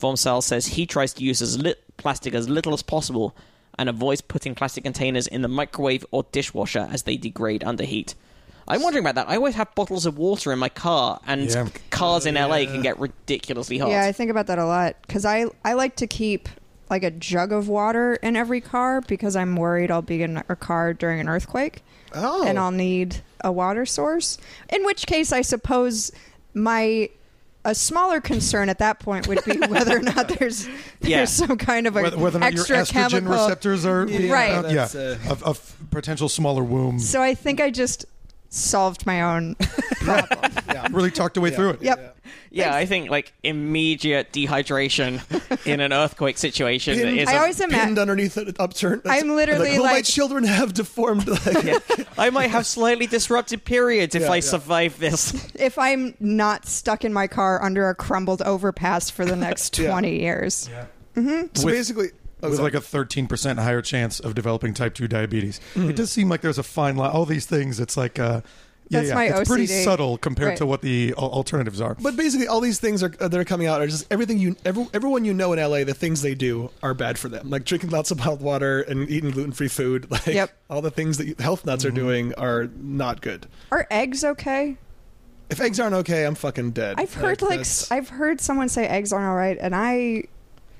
Vomsal says he tries to use as lit- plastic as little as possible and avoids putting plastic containers in the microwave or dishwasher as they degrade under heat. I'm wondering about that. I always have bottles of water in my car, and
Yeah.
cars in LA can get ridiculously hot.
Yeah, I think about that a lot because I I like to keep like a jug of water in every car because I'm worried I'll be in a car during an earthquake.
Oh.
and I'll need a water source. In which case, I suppose my a smaller concern at that point would be whether or not there's there's
Yeah.
some kind of a
Whether, whether or not your
extra
estrogen
chemical.
receptors are being
Right.
found- yeah,
That's, uh,
of, of potential smaller womb.
So I think I just solved my own problem.
really talked your way through it.
Yep.
Yeah, I think like immediate dehydration in an earthquake situation
Pin-
is.
I
a-
always
pinned
imagine.
underneath an upturned.
I'm literally
like, "Will my
like-
children have deformed. Like,
I might have slightly disrupted periods if
Yeah,
I
yeah.
survive this.
If I'm not stuck in my car under a crumbled overpass for the next 20 years. Mm-hmm.
So
With-
basically, oh,
with
sorry.
like a 13% higher chance of developing type 2 diabetes. It does seem like there's a fine line. All these things, it's like, uh, yeah,
That's
yeah.
my
it's pretty
OCD.
subtle compared
Right.
to what the al- alternatives are.
But basically, all these things are uh, that are coming out are just everything you, every, everyone you know in LA. The things they do are bad for them, like drinking lots of bottled water and eating gluten-free food. Like
Yep.
all the things that you- health nuts
Mm-hmm.
are doing are not good.
Are eggs okay?
If eggs aren't okay, I'm fucking dead.
I've heard like
that's,
s- I've heard someone say eggs aren't all right, and I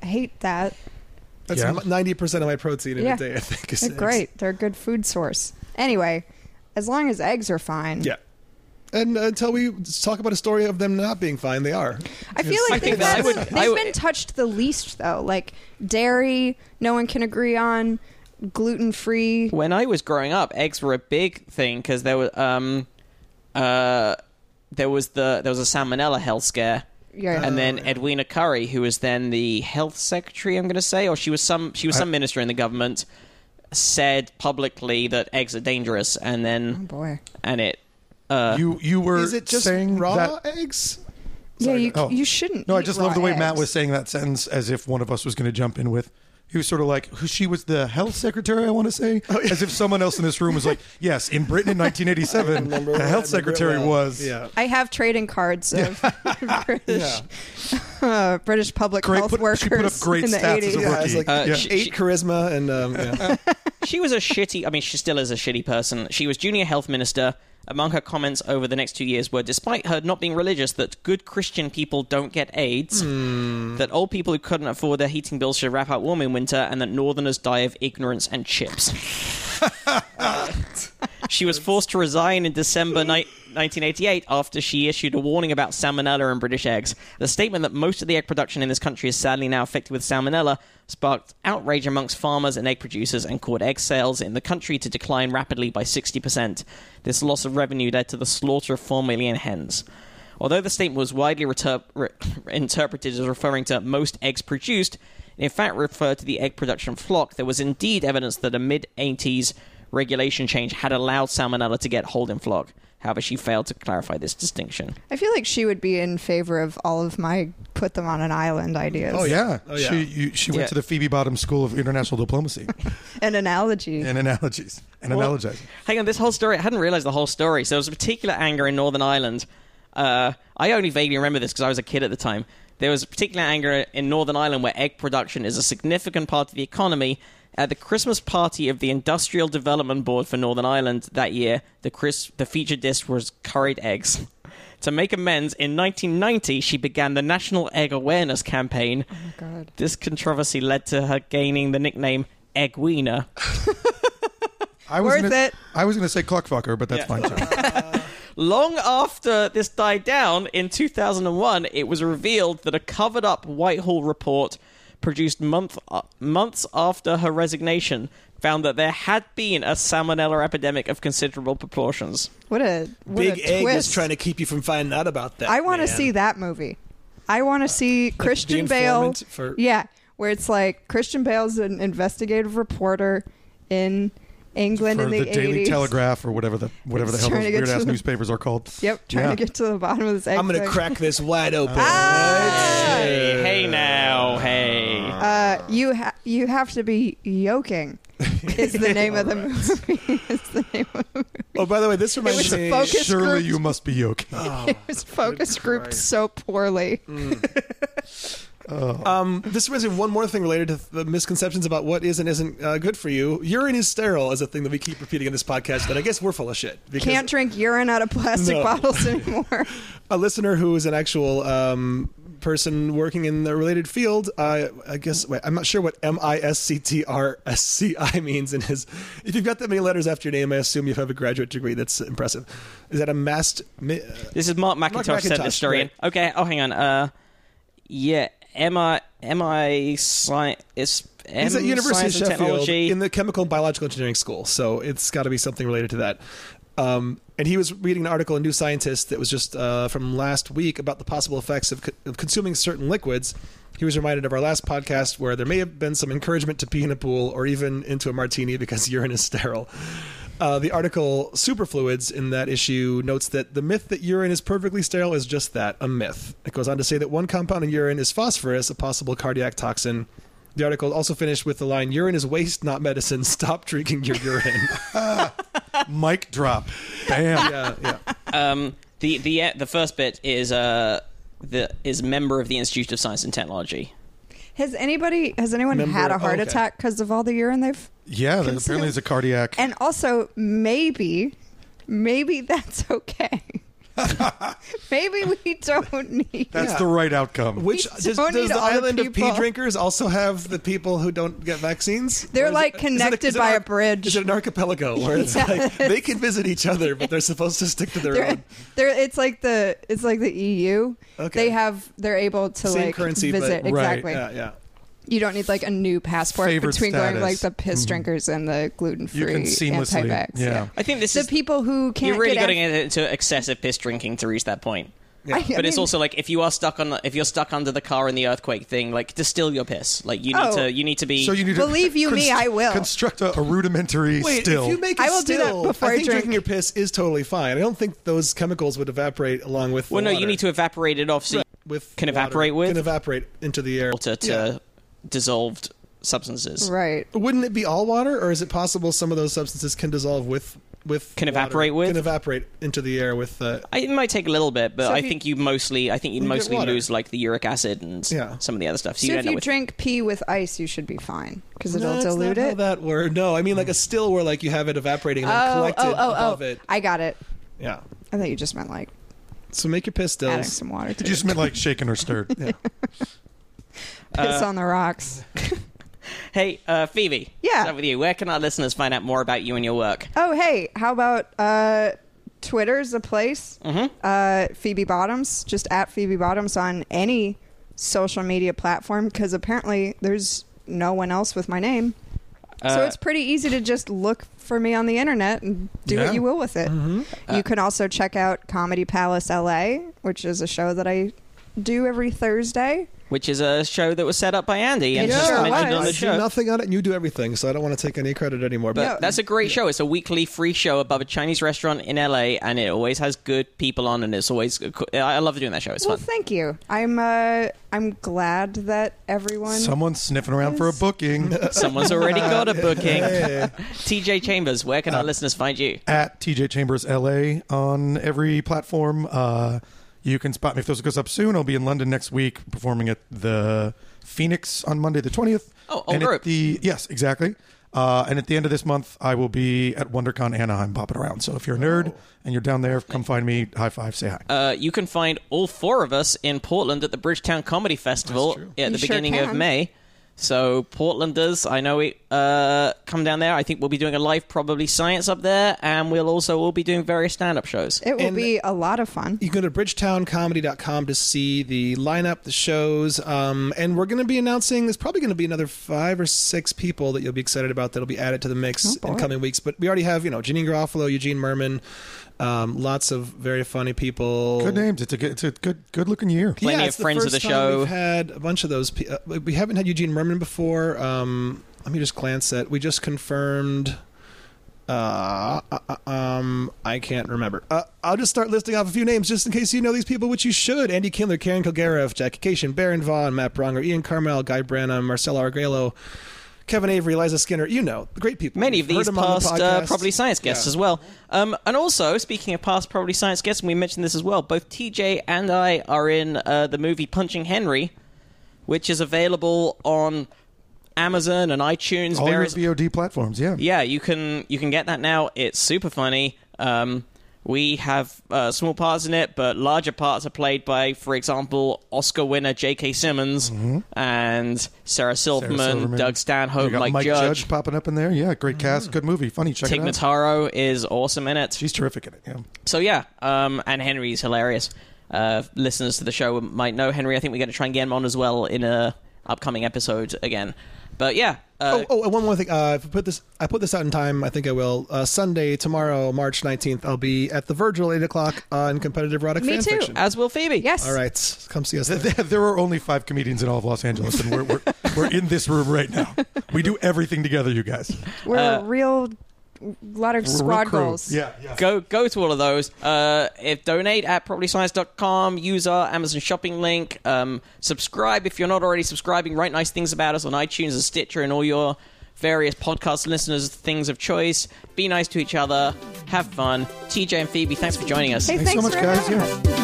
hate that.
that's
Yeah.
90% of my protein in
Yeah.
a day. I think is
They're
eggs.
great. They're a good food source. Anyway, as long as eggs are fine.
Yeah. And uh, until we talk about a story of them not being fine, they are.
I feel
I
like
think
they've,
that I
had-
would-
they've
I would-
been touched the least though. Like dairy, no one can agree on gluten free.
When I was growing up, eggs were a big thing because there was um, uh, there was the there was a salmonella health scare.
Yeah. Oh.
and then Edwina Curry, who was then the health secretary, I'm going to say, or she was some she was some minister in the government, said publicly that eggs are dangerous, and then
Oh, Boy.
and it
you you were
Is it just
saying
raw
that-
eggs?
Yeah, you,
oh.
you shouldn't.
No, I
eat
just
raw
love the way Matt
eggs.
was saying that sentence as if one of us was going to jump in with. He was sort of like, who- she was the health secretary, I want to say.
Oh,
As if someone else in this room was like, yes, in Britain in 1987,
Remember-
the
remember
health
it
secretary
well.
was.
Yeah.
I have trading cards of British, uh, British public
Great,
health
put,
workers
she put up great
in the
stats as a
80s.
Yeah, I
rookie.
was like,
Uh,
yeah.
she-
Eight charisma and um, yeah.
She was a shitty. I mean, she still is a shitty person. She was junior health minister. Among her comments over the next two years were, despite her not being religious, that good Christian people don't get AIDS, that old people who couldn't afford their heating bills should wrap up warm in winter, and that Northerners die of ignorance and chips. she was forced to resign in December ni- 1988 after she issued a warning about salmonella in British eggs. The statement that most of the egg production in this country is sadly now affected with salmonella sparked outrage amongst farmers and egg producers and caused egg sales in the country to decline rapidly by 60%. This loss of revenue led to the slaughter of 4 million hens. Although the statement was widely reter- re- interpreted as referring to most eggs produced, and in fact referred to the egg production flock, there was indeed evidence that a mid 80s regulation change had allowed salmonella to get hold in flock. However, she failed to clarify this distinction.
I feel like she would be in favor of all of my put them on an island ideas.
Oh yeah.
Oh, yeah.
She you, she went
Yeah.
to the Phoebe Bottom School of International Diplomacy
An analogy.
and analogies and
Well-
analogizing.
Hang on, this whole story, I hadn't realised the whole story. So there was a particular anger in Northern Ireland. Uh, I only vaguely remember this because I was a kid at the time. There was a particular anger in Northern Ireland where egg production is a significant part of the economy. At the Christmas party of the Industrial Development Board for Northern Ireland that year, the, Chris- the feature dish was curried eggs. To make amends, in 1990, she began the National Egg Awareness Campaign.
God.
This controversy led to her gaining the nickname Egg Wiener.
I was
Worth
gonna,
it.
I was going to say clockfucker, but that's
Yeah.
fine too.
Long after this died down in 2001, it was revealed that a covered up Whitehall report produced month, uh, months after her resignation found that there had been a salmonella epidemic of considerable proportions.
What a what
Big
a
Egg
twist.
was trying to keep you from finding out about that.
I want to
man.
see that movie. I want to see Christian Bale.
informant for-
Yeah, where it's like Christian Bale's an investigative reporter in England
For
in
the,
the, 80s.
Daily Telegraph or whatever the whatever the hell
Trying
those
to get
weird
to
ass
the-
newspapers are called.
Yep, trying
Yeah.
to get to the bottom of this egg.
I'm going to
thing.
crack this wide open.
Ah!
Hey, hey now, hey.
Uh, you ha- you have to be yoking. Is the name of the movie? Is the name of the movie?
Oh, by the way, this
was
reminds me.
focused. Focus
Surely
groups.
you must be yoke.
it was focus grouped so poorly.
Um, this reminds me of one more thing related to the misconceptions about what is and isn't uh, good for you. Urine is sterile is a thing that we keep repeating in this podcast, but I guess we're full of shit. Because
Can't drink urine out of plastic
No.
bottles anymore.
a listener who is an actual um, person working in the related field. I, I guess wait, I'm not sure what M I S C T R S C I means in his. If you've got that many letters after your name, I assume you have a graduate degree. That's impressive. Is that a mast? mi- uh,
This is Mark McIntosh, said
McIntosh,
the historian. Okay, oh hang on. Uh, yeah, am I am I science? Is M
He's at University of
science and
Sheffield
technology?
in the chemical and biological engineering school, so it's got to be something related to that. Um, and he was reading an article in New Scientist that was just uh, from last week about the possible effects of, co- of consuming certain liquids. He was reminded of our last podcast where there may have been some encouragement to pee in a pool or even into a martini because urine is sterile. Uh, the article Superfluids in that issue notes that the myth that urine is perfectly sterile is just that, a myth. It goes on to say that one compound in urine is phosphorus, a possible cardiac toxin. The article also finished with the line Urine is waste, not medicine. Stop drinking your urine.
Mic drop. Bam.
yeah, yeah.
um, the the uh, the first bit is uh the is member of the Institute of Science and Technology.
Has anybody has anyone
Member-
had a heart
oh, okay.
attack because of all the urine they've
Yeah, that
Consider-
apparently it's a cardiac.
And also maybe maybe that's okay. maybe we don't need
That's
Yeah.
the right outcome.
Which
Don't
does, does
need
the
all the
island of pee
people.
drinkers also have the people who don't get vaccines?
They're,
Or is
like,
it- is it a-
connected
is it
by
an-
a bridge.
Is it an archipelago where it's like they can visit each other, but they're supposed to stick to their
they're,
own
they're, it's like the it's like the EU.
Okay.
They have they're able to
same
like
currency?
visit
but,
exactly.
Yeah, yeah.
You don't need like a new passport
Favored
between going
status.
like the piss drinkers and the gluten free
You can seamlessly.
anti-vax.
Yeah.
I think this
The
is
people who can't
you're really
get
getting into excessive piss drinking to reach that point.
Yeah.
But it's also like if you are stuck on if you're stuck under the car in the earthquake thing, like distill your piss. Like you need
Oh.
to you need to be.
So you need
Believe
to
you me, I will.
construct a, a rudimentary
Wait,
still.
if you make
I
a
will do that
still,
before
I
I
think
drink.
drinking your piss is totally fine. I don't think those chemicals would evaporate along with.
well,
the
no,
water.
you need to evaporate it off so you
with
can
water.
evaporate with?
can evaporate into the air.
water to
Yeah.
dissolved substances
right.
Wouldn't it be all water, or is it possible some of those substances can dissolve with with
Can
water?
evaporate with?
can evaporate into the air with uh,
I, it might take a little bit, but
So
I
if you-
think you mostly I think you'd
You get
mostly
water.
lose like the uric acid and
Yeah.
some of the other stuff. So,
So
you
if
end up
you
with
drink pee with ice, you should be fine because it'll
that's
dilute
not
it. Oh,
How that word? No, I mean
Hmm.
like a still where like you have it evaporating and then collected above it.
I got it.
Yeah.
I thought you just meant like
So make your piss
adding
stills.
some water to
You just meant like shaken or stirred.
Yeah.
it. piss
uh,
on the rocks.
hey uh, Phoebe,
Yeah.
start with you. Where can our listeners find out more about you and your work?
Oh, hey, how about uh, Twitter's a place? Mm-hmm. Uh, Phoebe Bottoms, just at Phoebe Bottoms on any social media platform because apparently there's no one else with my name. so
Uh,
it's pretty easy to just look for me on the internet and do
Yeah.
what you will with it. you can also check out Comedy Palace LA, which is a show that I do every Thursday.
Which is a show that was set up by Andy and
It
just
sure
mentioned
was.
on
I
the
Nice.
do
show.
nothing on it, and you do everything. So I don't want to take any credit anymore.
But
But
that's a great show. It's a weekly free show above a Chinese restaurant in LA, and it always has good people on, and it's always. I I love doing that show. It's
Well,
fun.
thank you. I'm uh, I'm glad that everyone.
Someone's sniffing around for a booking
Someone's already got a booking.
Hey.
TJ Chambers, where
Uh,
can our listeners find you?
at TJ Chambers LA on every platform. Uh, you can spot me if those goes up soon. I'll be in London next week performing at the Phoenix on Monday the twentieth.
Oh, old
and at
group.
the yes, exactly. Uh, and at the end of this month, I will be at WonderCon Anaheim, bopping around. So if you're a nerd and you're down there, come find me. High five, say hi.
Oh. Uh, you can find all four of us in Portland at the Bridgetown Comedy Festival at the
You sure
beginning of
can.
May. So Portlanders, I know we uh, come down there. I think we'll be doing a live probably science up there, and we'll also all be doing various stand-up shows.
It will
And-
be a lot of fun.
you can go to bridgetowncomedy.com to see the lineup, the shows, um, and we're going to be announcing there's probably going to be another five or six people that you'll be excited about that'll be added to the mix
boy.
in coming weeks. But we already have, you know, Janine Garofalo, Eugene Merman, um, lots of very funny people.
Good names. It's a good. It's a good. Good looking year.
Plenty
yeah,
of
it's the
friends of
first
the
time
show.
We've had a bunch of those. pe- Uh, we haven't had Eugene Merman before. Um, let me just glance at. We just confirmed. Uh, uh, uh, um, I can't remember. Uh, I'll just start listing off a few names just in case you know these people, which you should. Andy Kindler, Karen Kilgariff, Jackie Cation, Baron Vaughn, Matt Bronger, Ian Carmel, Guy Branum, Marcelo Argelo, Kevin Avery, Eliza Skinner. You know, great people.
many of
You've heard
these
them on the
past uh,
podcast.
probably science guests
Yeah.
as well um, and also speaking of past probably science guests and we mentioned this as well both tj and i are in uh, the movie punching henry which is available on amazon and
Oh,
itunes
All your
various
VOD platforms. Yeah.
yeah you can you can get that now it's super funny um, We have uh, small parts in it, but larger parts are played by, for example, Oscar winner J.K. Simmons and Sarah Silverman,
Mm-hmm. Silverman.
Doug
You
Stanhope,
got
Mike,
Mike
Judge. Mm.
popping up in there. Yeah, great cast, good movie, funny. Check
Tig
it out.
Notaro is awesome in it.
She's terrific in it. Yeah.
So yeah, um, and Henry's hilarious. Uh, listeners to the show might know Henry. I think we're going to try and get him on as well in a upcoming episode again. But yeah, uh,
Oh, oh, and one more thing. Uh, if I put this, I put this out in time. I think I will. Uh, Sunday, tomorrow, March nineteenth, I'll be at the Virgil, eight o'clock on competitive erotic
Me
fan
too.
fiction.
as will Phoebe.
Yes.
All right, come see us. There.
Th- There are only five comedians in all of Los Angeles, and we're, we're, we're in this room right now. We do everything together, you guys.
We're a real lot of
We're a real
squad
crew.
goals.
Yeah, yeah.
Go go to all of those. Uh, if donate at propertyscience.com, use our Amazon shopping link. Um, subscribe if you're not already subscribing. Write nice things about us on iTunes and Stitcher and all your various podcast listeners' things of choice. Be nice to each other. Have fun. TJ and Phoebe, thanks for joining us.
Hey,
Thanks
thanks,
so much,
for
guys.
having
Yeah.
us.